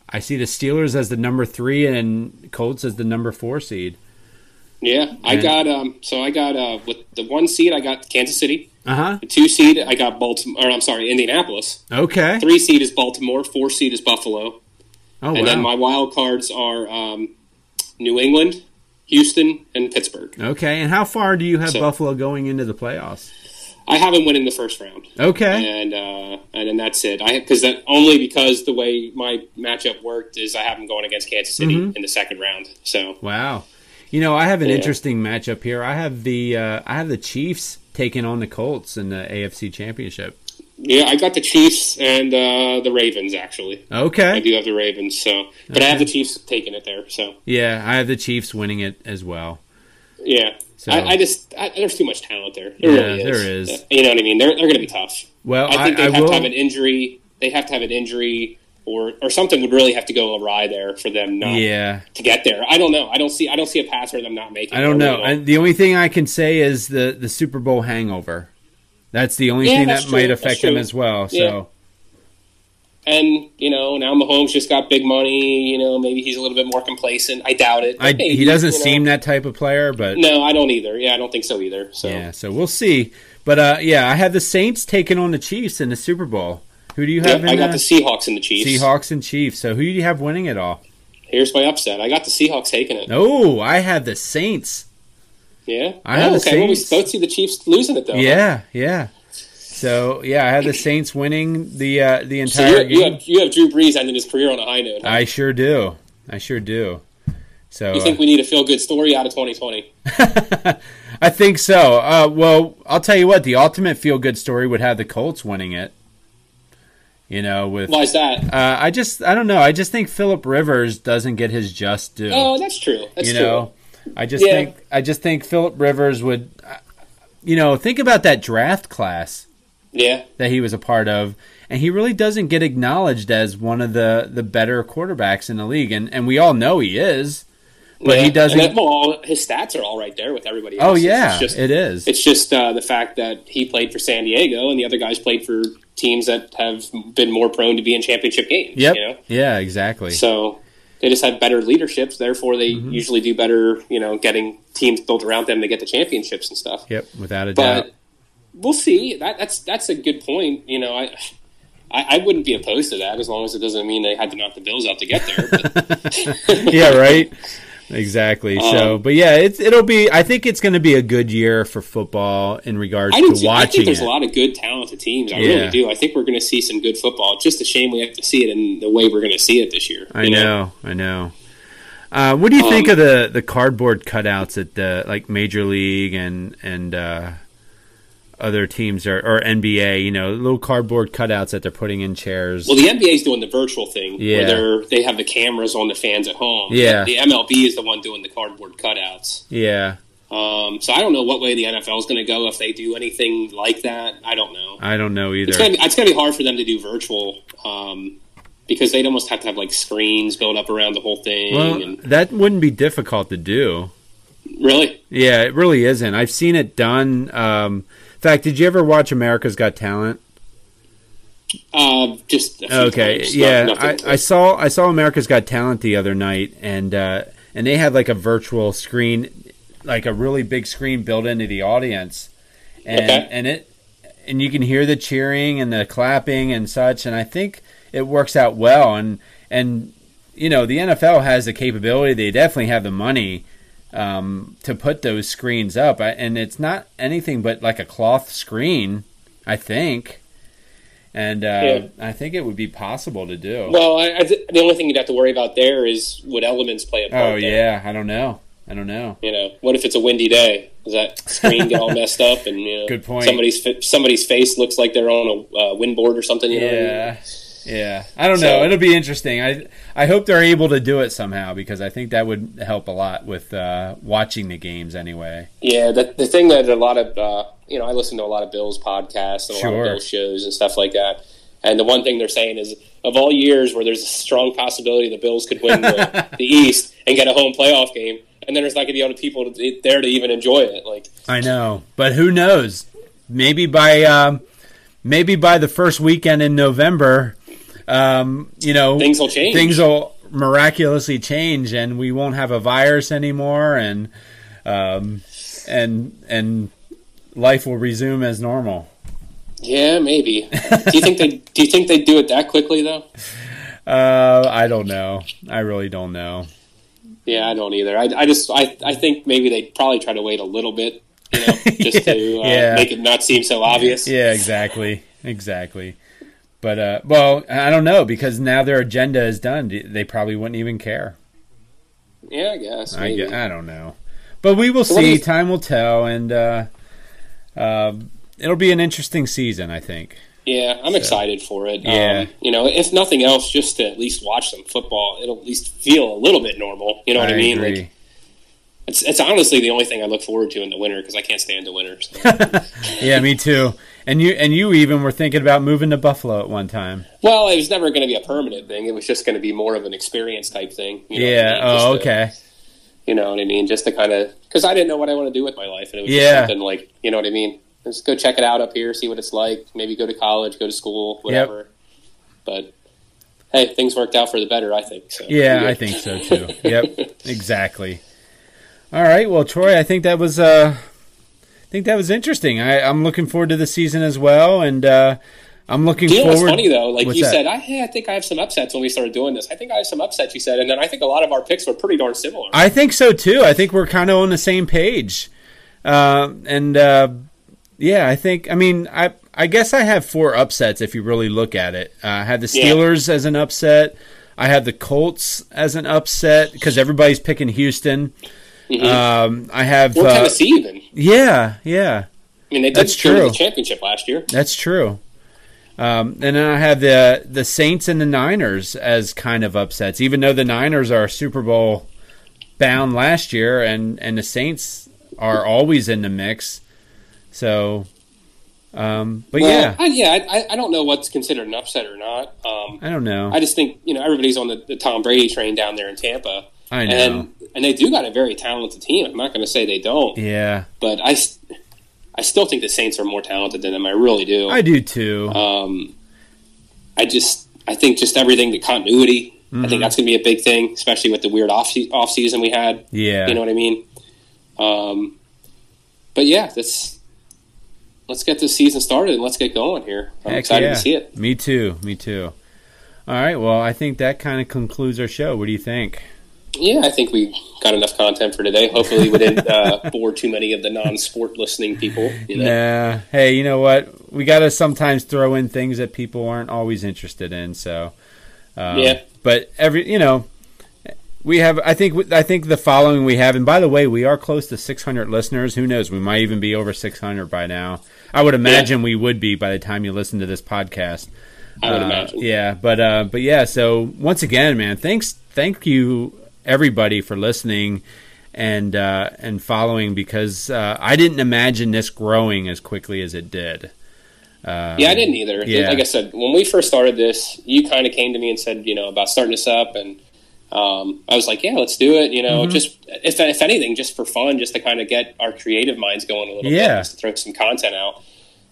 S3: I see the Steelers as the number three, and Colts as the number four seed.
S2: yeah. I
S3: And-
S2: got um, so I got uh, with the one seed, I got Kansas City.
S3: Uh huh.
S2: The two seed, I got Baltimore. Or I'm sorry, Indianapolis.
S3: Okay.
S2: Three seed is Baltimore. Four seed is Buffalo.
S3: Oh
S2: And then
S3: wow.
S2: my wild cards are um, New England, Houston, and Pittsburgh.
S3: Okay, and how far do you have
S2: So-
S3: Buffalo going into the playoffs?
S2: I have them winning the first round.
S3: Okay.
S2: and uh, and then that's it. I because that only because the way my matchup worked is I have them going against Kansas City
S3: Mm-hmm.
S2: in the second round. So
S3: Wow. You know, I have an
S2: Yeah.
S3: interesting matchup here. I have the uh, I have the Chiefs taking on the Colts in the AFC Championship.
S2: yeah, I got the Chiefs and uh, the Ravens actually. I
S3: Okay.
S2: do have the Ravens, so but I have the Chiefs taking it there. So
S3: Yeah, I have the Chiefs winning it as well.
S2: yeah.
S3: So-
S2: I, I just I, there's too much talent there. There
S3: Yeah,
S2: really is.
S3: there is.
S2: You know what I mean? They're they're going to be tough.
S3: Well,
S2: I think they
S3: I,
S2: have
S3: will.
S2: to have an injury. They have to have an injury, or or something would really have to go awry there for them not
S3: yeah,
S2: to get there. I don't know. I don't see. I don't see a pass for them not making.
S3: I
S2: it.
S3: don't
S2: really
S3: know. And the only thing I can say is the the Super Bowl hangover. That's the only
S2: Yeah,
S3: thing
S2: that's
S3: that
S2: true.
S3: might
S2: That's
S3: affect them
S2: true.
S3: as well. So
S2: Yeah. And you know now Mahomes just got big money. You know maybe he's a little bit more complacent. I doubt it.
S3: I,
S2: But maybe,
S3: he doesn't
S2: you know.
S3: seem that type of player, but
S2: No, I don't either. Yeah, I don't think so either. So
S3: Yeah, so we'll see. But uh, yeah, I have the Saints taking on the Chiefs in the Super Bowl. Who do you
S2: Yeah,
S3: have in
S2: I got
S3: uh,
S2: the Seahawks and the Chiefs.
S3: Seahawks and Chiefs? So who do you have winning it all?
S2: Here's my upset. I got the Seahawks taking it.
S3: Oh, I have the Saints.
S2: Yeah.
S3: I have
S2: Oh,
S3: the
S2: okay. Well, we
S3: Saints.
S2: both see the Chiefs losing it though.
S3: Yeah, yeah. So yeah, I have the Saints winning the uh, the
S2: So
S3: entire
S2: you're, you
S3: game.
S2: have you have Drew Brees ending his career on a high note.
S3: I sure do. I sure do. So
S2: you think
S3: uh,
S2: we need a feel good story out of 2020?
S3: I think so. Uh, well, I'll tell you what. The ultimate feel good story would have the Colts winning it. You know, with
S2: Why is that?
S3: uh, I just I don't know. I just think Philip Rivers doesn't get his just due.
S2: oh, that's true. That's
S3: you know, I just
S2: Yeah.
S3: think I just think Philip Rivers would, uh, you know, think about that draft class
S2: true. Yeah.
S3: that he was a part of, and he really doesn't get acknowledged as one of the the better quarterbacks in the league, and and we all know he is, but
S2: Yeah.
S3: he doesn't.
S2: And that- well, his stats are all right there with everybody.
S3: oh
S2: else. It's
S3: yeah,
S2: just-
S3: it is.
S2: It's just uh, the fact that he played for San Diego and the other guys played for teams that have been more prone to be in championship games.
S3: Yep.
S2: You know?
S3: Yeah, exactly.
S2: So they just have better leaderships. Therefore, they
S3: Mm-hmm.
S2: usually do better, you know, getting teams built around them to get the championships and stuff.
S3: yep, without a
S2: But
S3: doubt.
S2: we'll see. That, that's that's a good point. You know, I, I I wouldn't be opposed to that as long as it doesn't mean they had to knock the Bills out to get there. But,
S3: yeah, right. Exactly.
S2: Um,
S3: so, but yeah, it's it'll be. I think it's going to be a good year for football in regards
S2: I,
S3: to
S2: do
S3: watching.
S2: I think there's
S3: it.
S2: a lot of good talented teams. I
S3: Yeah.
S2: really do. I think we're going to see some good football. It's just a shame we have to see it in the way we're going to see it this year.
S3: I
S2: you
S3: know, I know. Uh, what do you think
S2: Um,
S3: of the, the cardboard cutouts at the like Major League and and uh, other teams or, or NBA? You know, little cardboard cutouts that they're putting in chairs.
S2: Well, the NBA's doing the virtual thing
S3: Yeah.
S2: where they're, they have the cameras on the fans at home.
S3: Yeah.
S2: The MLB is the one doing the cardboard cutouts.
S3: yeah,
S2: Um, so I don't know what way the NFL is going to go if they do anything like that. I don't know.
S3: I don't know either.
S2: It's going to it's gonna be hard for them to do virtual um, because they'd almost have to have like screens built up around the whole thing.
S3: well,
S2: and,
S3: that wouldn't be difficult to do.
S2: really?
S3: Yeah, it really isn't. I've seen it done. Um, in fact, did you ever watch America's Got Talent?
S2: Uh, just a few
S3: Okay,
S2: times, not-
S3: yeah, I,
S2: nothing.
S3: I saw I saw America's Got Talent the other night, and uh, and they had like a virtual screen, like a really big screen built into the audience, and
S2: Okay.
S3: and it and you can hear the cheering and the clapping and such, and I think it works out well, and and you know the NFL has the capability, they definitely have the money. Um, to put those screens up, I, and it's not anything but like a cloth screen, I think, and uh,
S2: Yeah.
S3: I think it would be possible to do.
S2: well, I, I th- the only thing you'd have to worry about there is would elements play a part.
S3: oh
S2: there?
S3: yeah, I don't know. I don't know.
S2: You know, what if it's a windy day? Does that screen get all messed up? And you know,
S3: Good point.
S2: Somebody's fa- somebody's face looks like they're on a uh, windboard or something. You know what I mean?
S3: Yeah, Yeah, I don't know.
S2: So-
S3: It'll be interesting. I I hope they're able to do it somehow because I think that would help a lot with uh, watching the games anyway.
S2: Yeah, the, the thing that a lot of uh, you know, I listen to a lot of Bills podcasts and a lot
S3: Sure.
S2: of Bills shows and stuff like that. And the one thing they're saying is, of all years where there's a strong possibility the Bills could win the, the East and get a home playoff game, and then there's not going to be other people to, there to even enjoy it. Like,
S3: I know, but who knows? Maybe by um, maybe by the first weekend in November, um, you know,
S2: Things will change.
S3: Things will miraculously change, and we won't have a virus anymore, and um, and and life will resume as normal.
S2: yeah, maybe. do you think they? Do you think they do it that quickly though?
S3: Uh, I don't know. I really don't know.
S2: Yeah, I don't either. I, I just I, I think maybe they'd probably try to wait a little bit, you know, just to uh,
S3: Yeah.
S2: make it not seem so obvious.
S3: Yeah, exactly, exactly. But uh, well, I don't know because now their agenda is done. They probably wouldn't even care.
S2: Yeah, I guess.
S3: I,
S2: Maybe.
S3: gue- I don't know, but we will
S2: what
S3: see.
S2: is-
S3: Time will tell, and uh, um it'll be an interesting season. I think.
S2: Yeah, I'm excited for it.
S3: Yeah.
S2: Um, you know, if nothing else, just to at least watch some football, it'll at least feel a little bit normal. You know what I, mean?
S3: agree.
S2: Like, it's, it's honestly the only thing I look forward to in the winter because I can't stand the winter. so.
S3: yeah, me too. And you and you even were thinking about moving to Buffalo at one time.
S2: well, it was never going to be a permanent thing. It was just going to be more of an experience type thing. You know what I
S3: yeah.
S2: mean? Just
S3: Oh,
S2: to-
S3: okay.
S2: you know what I mean? Just to kind of because I didn't know what I want to do with my life, and it was just
S3: Yeah.
S2: something like you know what I mean. Just go check it out up here, see what it's like. Maybe go to college, go to school, whatever. But hey, things worked out for the better, I think. So
S3: Yeah, I think so too. yep. Exactly. All right. Well, Troy, I think that was uh, I think that was interesting. I, I'm looking forward to the season as well, and uh, I'm looking
S2: You know what's
S3: forward.
S2: funny though? Like
S3: What's
S2: you
S3: that?
S2: said, I, hey, I think I have some upsets when we started doing this. I think I have some upsets. You said, and then I think a lot of our picks were pretty darn similar.
S3: I think so too. I think we're kind of on the same page, uh, and uh, yeah, I think. I mean, I I guess I have four upsets if you really look at it. Uh, I had the
S2: Yeah.
S3: Steelers as an upset. I had the Colts as an upset because everybody's picking Houston. Um, I have
S2: or
S3: uh,
S2: Mm-hmm. Tennessee even. I
S3: Yeah, yeah,
S2: mean, they did
S3: that's
S2: go to
S3: true.
S2: the championship last year.
S3: that's true. Um, and then I have the the Saints and the Niners as kind of upsets, even though the Niners are Super Bowl bound last year, and and the Saints are always in the mix. So, um, but
S2: Well,
S3: yeah,
S2: I, yeah. I- I, I don't know what's considered an upset or not. Um,
S3: I don't know.
S2: I just think you know everybody's on the, the Tom Brady train down there in Tampa.
S3: I know.
S2: and and they do got a very talented team. I'm not going to say they don't,
S3: yeah,
S2: but I, s- I still think the Saints are more talented than them. I really do.
S3: I do too.
S2: um, I just I think just everything the continuity. I
S3: Mm-hmm.
S2: think that's going to be a big thing, especially with the weird off se- off season we had.
S3: yeah,
S2: You know what I mean? Um, but yeah, that's let's get this season started and let's get going here. I'm
S3: Heck
S2: excited
S3: yeah.
S2: to see it.
S3: Me too. Me too. All right. Well, I think that kind of concludes our show. What do you think?
S2: Yeah, I think we got enough content for today. Hopefully, we didn't uh, bore too many of the non-sport listening people. You know?
S3: Nah. Hey, you know what? We gotta sometimes throw in things that people aren't always interested in. So, um,
S2: Yeah.
S3: But every, you know, we have. I think. I think the following we have, and by the way, we are close to 600 listeners. Who knows? We might even be over 600 by now. I would imagine we would be by the time you listen to this podcast.
S2: I would
S3: Uh,
S2: imagine.
S3: Yeah, but uh, but yeah. So once again, man, thanks, thank you everybody for listening and uh, and following because uh, I didn't imagine this growing as quickly as it did.
S2: yeah, I didn't either.
S3: yeah.
S2: Like I said, when we first started this, you kind of came to me and said, you know, about starting this up, and um, I was like, yeah, let's do it. You know,
S3: Mm-hmm.
S2: just if if anything, just for fun, just to kind of get our creative minds going a little
S3: Yeah.
S2: bit, just to throw some content out.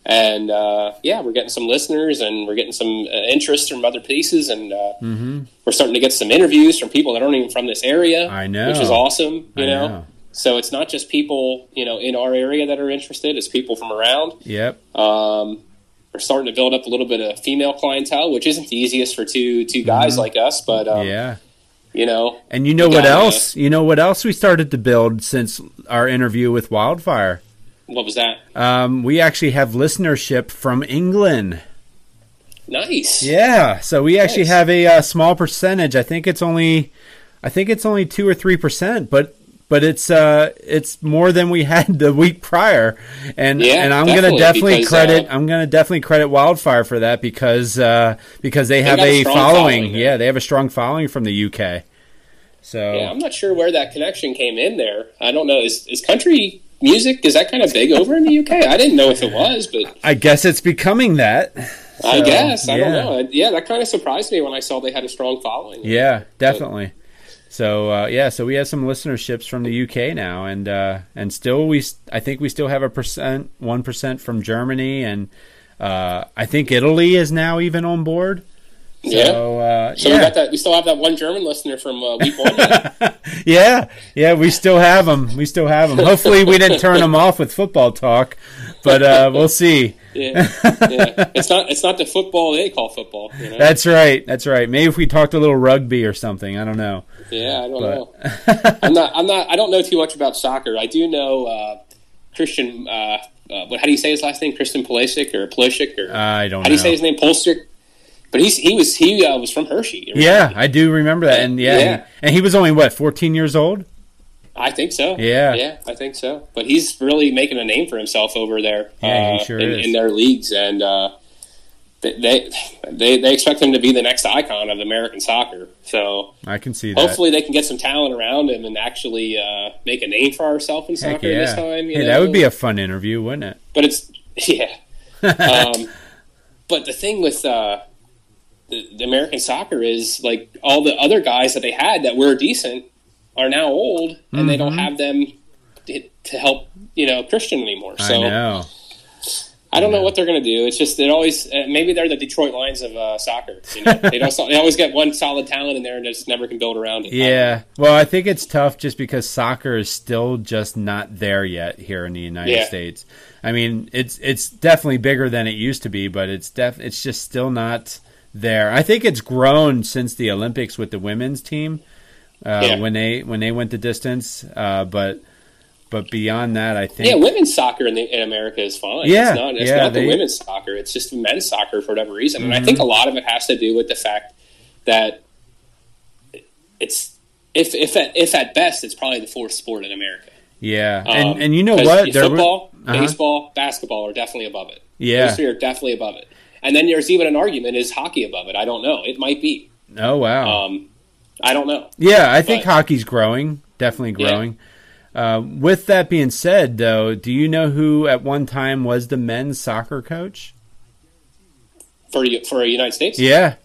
S2: And uh, yeah, we're getting some listeners, and we're getting some uh, interest from other pieces, and uh,
S3: Mm-hmm.
S2: we're starting to get some interviews from people that aren't even from this area.
S3: I know.
S2: which is awesome. You
S3: I
S2: know?
S3: know.
S2: So it's not just people, you know, in our area that are interested. It's people from around.
S3: Yep.
S2: Um, we're starting to build up a little bit of female clientele, which isn't the easiest for two two guys like us. But um,
S3: Mm-hmm. yeah.
S2: you know,
S3: And you know what
S2: gotta-
S3: else? You know what else we started to build since our interview with Wildfire?
S2: what was that?
S3: Um, we actually have listenership from England.
S2: Nice.
S3: Yeah, so we actually
S2: Nice.
S3: have a uh, small percentage. I think it's only, I think it's only two or three percent, but but it's uh, it's more than we had the week prior, and
S2: Yeah,
S3: and I'm gonna
S2: definitely,
S3: definitely
S2: because,
S3: credit
S2: uh,
S3: I'm gonna definitely credit Wildfire for that because uh, because they have
S2: got a
S3: a,
S2: strong
S3: following.
S2: following, yeah.
S3: yeah, they have a strong following from the UK. So
S2: Yeah, I'm not sure where that connection came in there. I don't know. Is, is country music is that kind of big over in the UK? I didn't know if it was, but
S3: I guess it's becoming that.
S2: I
S3: So,
S2: guess I don't
S3: yeah.
S2: know. Yeah, that kind of surprised me when I saw they had a strong following.
S3: Yeah, definitely. So uh, yeah, so we have some listenerships from the UK now, and uh, and still we s- I think we still have a percent one percent from Germany, and uh, I think Italy is now even on board.
S2: Yeah.
S3: So, uh,
S2: So
S3: yeah,
S2: we got that. We still have that one German listener from uh, week one.
S3: yeah, yeah, we still have them. We still have them. Hopefully, we didn't turn them off with football talk, but uh, we'll see.
S2: yeah, yeah. It's not. It's not the football they call football. You know?
S3: That's right. That's right. Maybe if we talked a little rugby or something, I don't know.
S2: Yeah, I don't
S3: But-
S2: know. I'm not. I'm not. I don't know too much about soccer. I do know uh, Christian. Uh, uh, what? How do you say his last name? Christian Pulisic or Pulisic or
S3: I don't.
S2: how do
S3: know.
S2: you say his name? Pulisic. But he's he was he uh, was from Hershey.
S3: Yeah, I do remember that, and yeah,
S2: Yeah.
S3: and he was only what fourteen years old.
S2: I think so.
S3: Yeah.
S2: yeah, I think so. But he's really making a name for himself over there.
S3: Yeah, he
S2: uh,
S3: sure
S2: in,
S3: is.
S2: in their leagues, and uh, they- they they they expect him to be the next icon of American soccer. So
S3: I can see that.
S2: hopefully they can get some talent around him and actually uh, make a name for ourselves in
S3: Heck
S2: soccer
S3: yeah.
S2: this time. You
S3: hey,
S2: know?
S3: that would be a fun interview, wouldn't it?
S2: but it's yeah. um, but the thing with uh, the, the American soccer is like all the other guys that they had that were decent are now old, and they don't
S3: Mm-hmm.
S2: have them to, to help you know Christian anymore.
S3: I
S2: So I,
S3: know.
S2: don't know what they're going to do. It's just it always uh, maybe they're the Detroit Lions of uh, soccer. You know? they don't. They always get one solid talent in there and just never can build around it.
S3: Yeah. Well, I think it's tough just because soccer is still just not there yet here in the United
S2: Yeah.
S3: States. I mean, it's it's definitely bigger than it used to be, but it's def it's just still not there. I think it's grown since the Olympics with the women's team uh,
S2: Yeah.
S3: when they when they went the distance, uh, but but beyond that, I think
S2: Yeah, women's soccer in, the, in America is fine.
S3: Yeah,
S2: it's not, it's
S3: yeah,
S2: not the
S3: they- Mm-hmm.
S2: women's soccer. It's just men's soccer for whatever reason. And I think a lot of it has to do with the fact that it's if if at, if at best it's probably the fourth sport in America.
S3: yeah,
S2: Um,
S3: and and you know
S2: 'cause
S3: what? There were-
S2: Football,
S3: Uh-huh.
S2: baseball, basketball are definitely above it.
S3: Yeah.
S2: those three are definitely above it. And then there's even an argument: is hockey above it? I don't know. It might be.
S3: Oh wow.
S2: Um, I don't know.
S3: Yeah, I think
S2: But-
S3: hockey's growing, definitely
S2: Yeah.
S3: growing. Uh, with that being said, though, do you know who at one time was the men's soccer coach?
S2: For for United States,
S3: Yeah,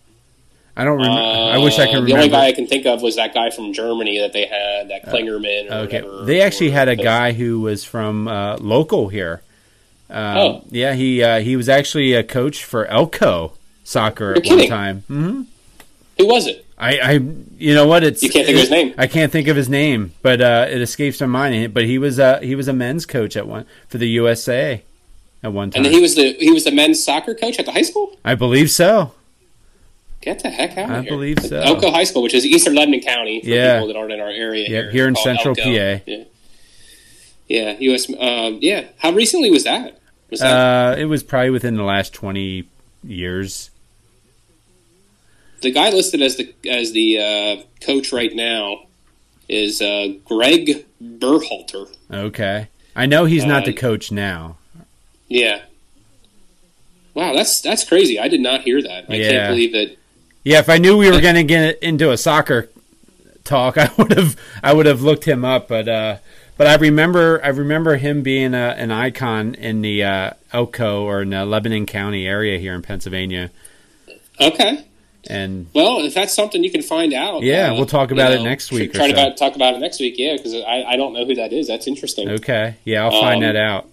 S3: I don't remember. I wish I
S2: Uh,
S3: could
S2: The only
S3: remember. Uh,
S2: guy I can think of was that guy from Germany that they had, that Klingerman. Or
S3: okay,
S2: whatever,
S3: they actually
S2: or-
S3: had a guy who was from uh, local here. Um,
S2: Oh.
S3: yeah, he uh, he was actually a coach for Elko soccer at
S2: You're
S3: one
S2: kidding.
S3: time. hmm
S2: Who was it?
S3: I, I, you know what? It's
S2: You can't think of his name.
S3: I can't think of his name, but uh, it escapes my mind. But he was uh, he was a men's coach at one for the USA at one time.
S2: And then he was the he was the men's soccer coach at the high school.
S3: I believe so.
S2: Get the heck out!
S3: I
S2: of here.
S3: believe so.
S2: Elko High School, which is Eastern Lebanon County, for
S3: Yeah.
S2: people that aren't in our area.
S3: Yeah,
S2: here,
S3: here in
S2: called
S3: central
S2: Elko.
S3: PA.
S2: Yeah, yeah, U.S. Um, yeah, how recently was that? Was that
S3: Uh, it was probably within the last twenty years.
S2: the guy listed as the as the uh, coach right now? Is uh, Greg Berhalter?
S3: Okay, I know he's not
S2: Uh,
S3: the coach now.
S2: Yeah. Wow, that's that's crazy. I did not hear that. I
S3: Yeah.
S2: can't believe that.
S3: Yeah, if I knew we were going to get into a soccer talk, I would have I would have looked him up. But uh, but I remember I remember him being a, an icon in the uh, Elko or in the Lebanon County area here in Pennsylvania.
S2: Okay.
S3: And
S2: Well, if that's something you can find out, uh,
S3: Yeah, we'll talk about
S2: you
S3: it next
S2: tr-
S3: week or
S2: Try to
S3: so.
S2: about, talk about it next week. Yeah, because I, I don't know who that is. That's interesting.
S3: okay, yeah, I'll find
S2: Um,
S3: that out.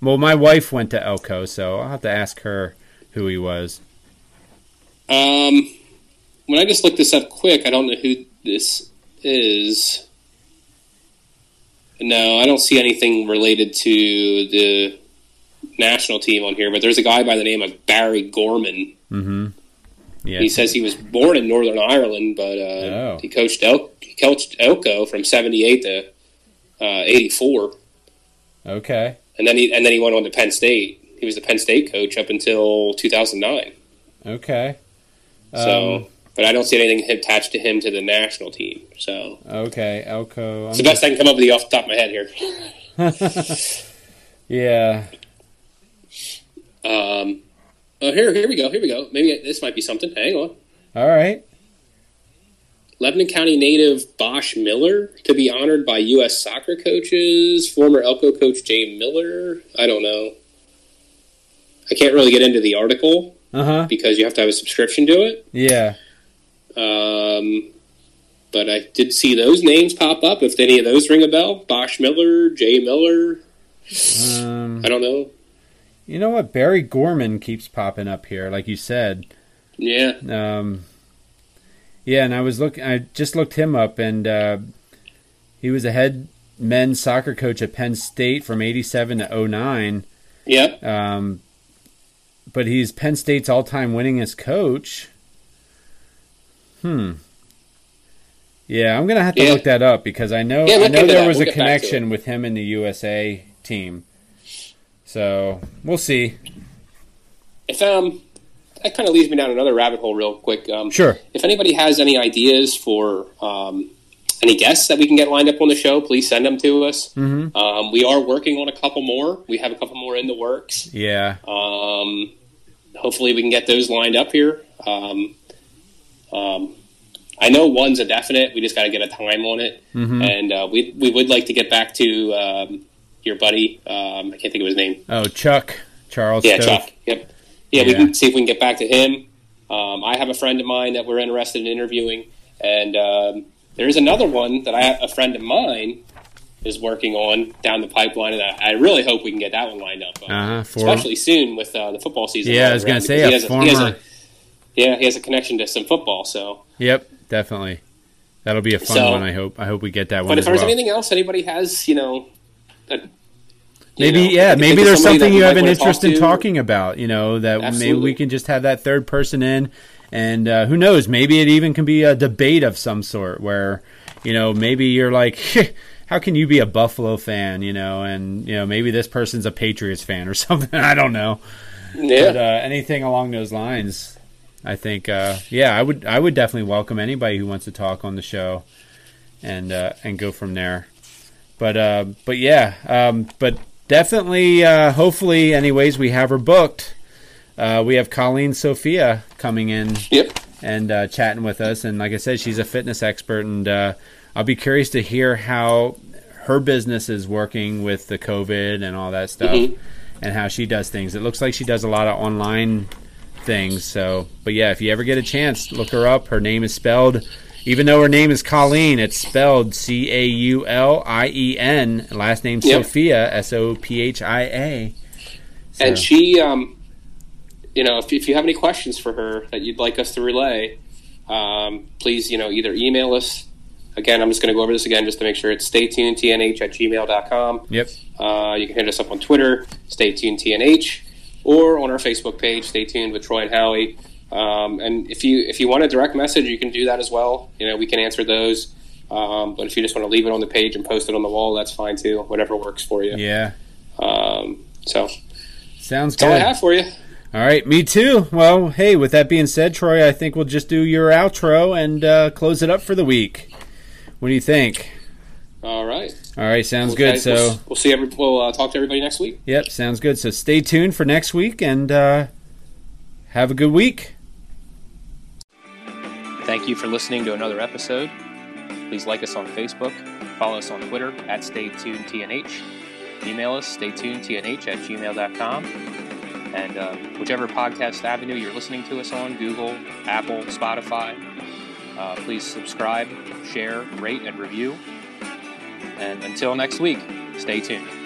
S3: Well, my wife went to Elko, so I'll have to ask her who he was.
S2: Um, when I just looked this up quick, I don't know who this is. No, I don't see anything related to the national team on here. But there's a guy by the name of Barry Gorman.
S3: Mm-hmm. Yeah.
S2: He says he was born in Northern Ireland, but uh,
S3: Oh.
S2: he coached El- he coached Elko from '78 to uh, '84.
S3: Okay.
S2: and then he and then he went on to Penn State. He was the Penn State coach up until 2009.
S3: Okay.
S2: so,
S3: Um,
S2: but I don't see anything attached to him to the national team. So
S3: Okay, Elko.
S2: it's
S3: I'm
S2: the best I can come up with the off the top of my head here.
S3: Yeah.
S2: Um, oh, here, here we go. Here we go. Maybe this might be something. Hang on.
S3: All right.
S2: Lebanon County native Bosch Miller to be honored by U.S. soccer coaches, former Elko coach Jay Miller. I don't know. I can't really get into the article
S3: Uh huh.
S2: because you have to have a subscription to it.
S3: Yeah.
S2: Um, but I did see those names pop up. If any of those ring a bell, Bosch Miller, Jay Miller.
S3: Um,
S2: I don't know.
S3: you know what? Barry Gorman keeps popping up here, like you said.
S2: Yeah,
S3: Um, yeah, and I was look. I just looked him up, and uh, he was a head men's soccer coach at Penn State from '87 to 09.
S2: yeah.
S3: Um, but he's Penn State's all-time winningest coach. Hmm. Yeah, I'm gonna have to
S2: Yeah.
S3: look that up because I know
S2: Yeah,
S3: I
S2: look
S3: know
S2: into
S3: there
S2: that.
S3: was
S2: We'll
S3: a
S2: get back to it.
S3: connection with him and the USA team. So we'll see.
S2: If um, that kind of leads me down another rabbit hole real quick. Um,
S3: Sure.
S2: If anybody has any ideas for um, any guests that we can get lined up on the show, please send them to us.
S3: Mhm.
S2: Um, we are working on a couple more. We have a couple more in the works.
S3: Yeah.
S2: Um, hopefully, we can get those lined up here. Um, um, I know one's a definite. We just got to get a time on it,
S3: Mhm.
S2: and uh, we we would like to get back to um, your buddy. Um, I can't think of his name.
S3: Oh, Chuck Charles.
S2: Yeah,
S3: Stove.
S2: Chuck. Yep. Yeah, we
S3: Yeah.
S2: can see if we can get back to him. Um, I have a friend of mine that we're interested in interviewing, and um, there is another one that I have, a friend of mine is working on down the pipeline, and I, I really hope we can get that one lined up, uh,
S3: Uh-huh. For
S2: especially soon with uh, the football season.
S3: Yeah, I
S2: all
S3: was gonna
S2: around,
S3: say,
S2: because
S3: a
S2: has
S3: former-
S2: yeah, he has a connection to some football. So,
S3: Yep, definitely. That'll be a fun
S2: So-
S3: one. I hope. I hope we get that one.
S2: but if
S3: as
S2: there's
S3: well.
S2: anything else anybody has, you know, that, you
S3: maybe
S2: know, if
S3: yeah,
S2: you think
S3: maybe
S2: of
S3: there's
S2: somebody
S3: something
S2: that
S3: you
S2: might
S3: have an
S2: wanna talk
S3: interest in
S2: to,
S3: talking about. You know that maybe we
S2: Absolutely.
S3: can just have that third person in, and uh, who knows? Maybe it even can be a debate of some sort where, you know, maybe you're like. How can you be a Buffalo fan, you know, and you know maybe this person's a Patriots fan or something? I don't know,
S2: Yeah,
S3: but uh, anything along those lines, I think, uh, yeah, I would, I would definitely welcome anybody who wants to talk on the show, and uh, and go from there. But uh, but yeah, um, but definitely, uh, hopefully, anyways, we have her booked. Uh, we have Colleen Sophia coming in
S2: yep.
S3: and uh, chatting with us, and like I said, she's a fitness expert, and uh, I'll be curious to hear how her business is working with the COVID and all that stuff,
S2: Mhm.
S3: and how she does things. It looks like she does a lot of online things. So, but yeah, if you ever get a chance, look her up. Her name is spelled, even though her name is Colleen, it's spelled C A U L I E N. Last name
S2: Yep.
S3: Sophia, S O P H I A.
S2: And
S3: So-
S2: she, um, you know, if, if you have any questions for her that you'd like us to relay, um, please, you know, either email us. Again, I'm just going to go over this again just to make sure it's stay tuned, tnh at gmail.com.
S3: Yep.
S2: Uh, you can hit us up on Twitter, stay tuned, tnh, or on our Facebook page, stay tuned with Troy and Howie. Um, and if you if you want a direct message, you can do that as well. You know, we can answer those. Um, but if you just want to leave it on the page and post it on the wall, that's fine too. Whatever works for you.
S3: Yeah.
S2: Um, so that's
S3: Sounds
S2: all I
S3: good.
S2: have for you.
S3: All right, me too. Well, hey, with that being said, Troy, I think we'll just do your outro and uh, close it up for the week. What do you think?
S2: All right.
S3: All right, sounds
S2: Okay,
S3: good. So,
S2: we'll, we'll see. Every, we'll uh, talk to everybody next week.
S3: yep, sounds good. So, stay tuned for next week and uh, have a good week.
S5: Thank you for listening to another episode. Please like us on Facebook, follow us on Twitter at StayTunedTNH, email us StayTunedTNH at gmail.com, and uh, whichever podcast avenue you're listening to us on Google, Apple, Spotify. Uh, please subscribe, share, rate, and review. And until next week, stay tuned.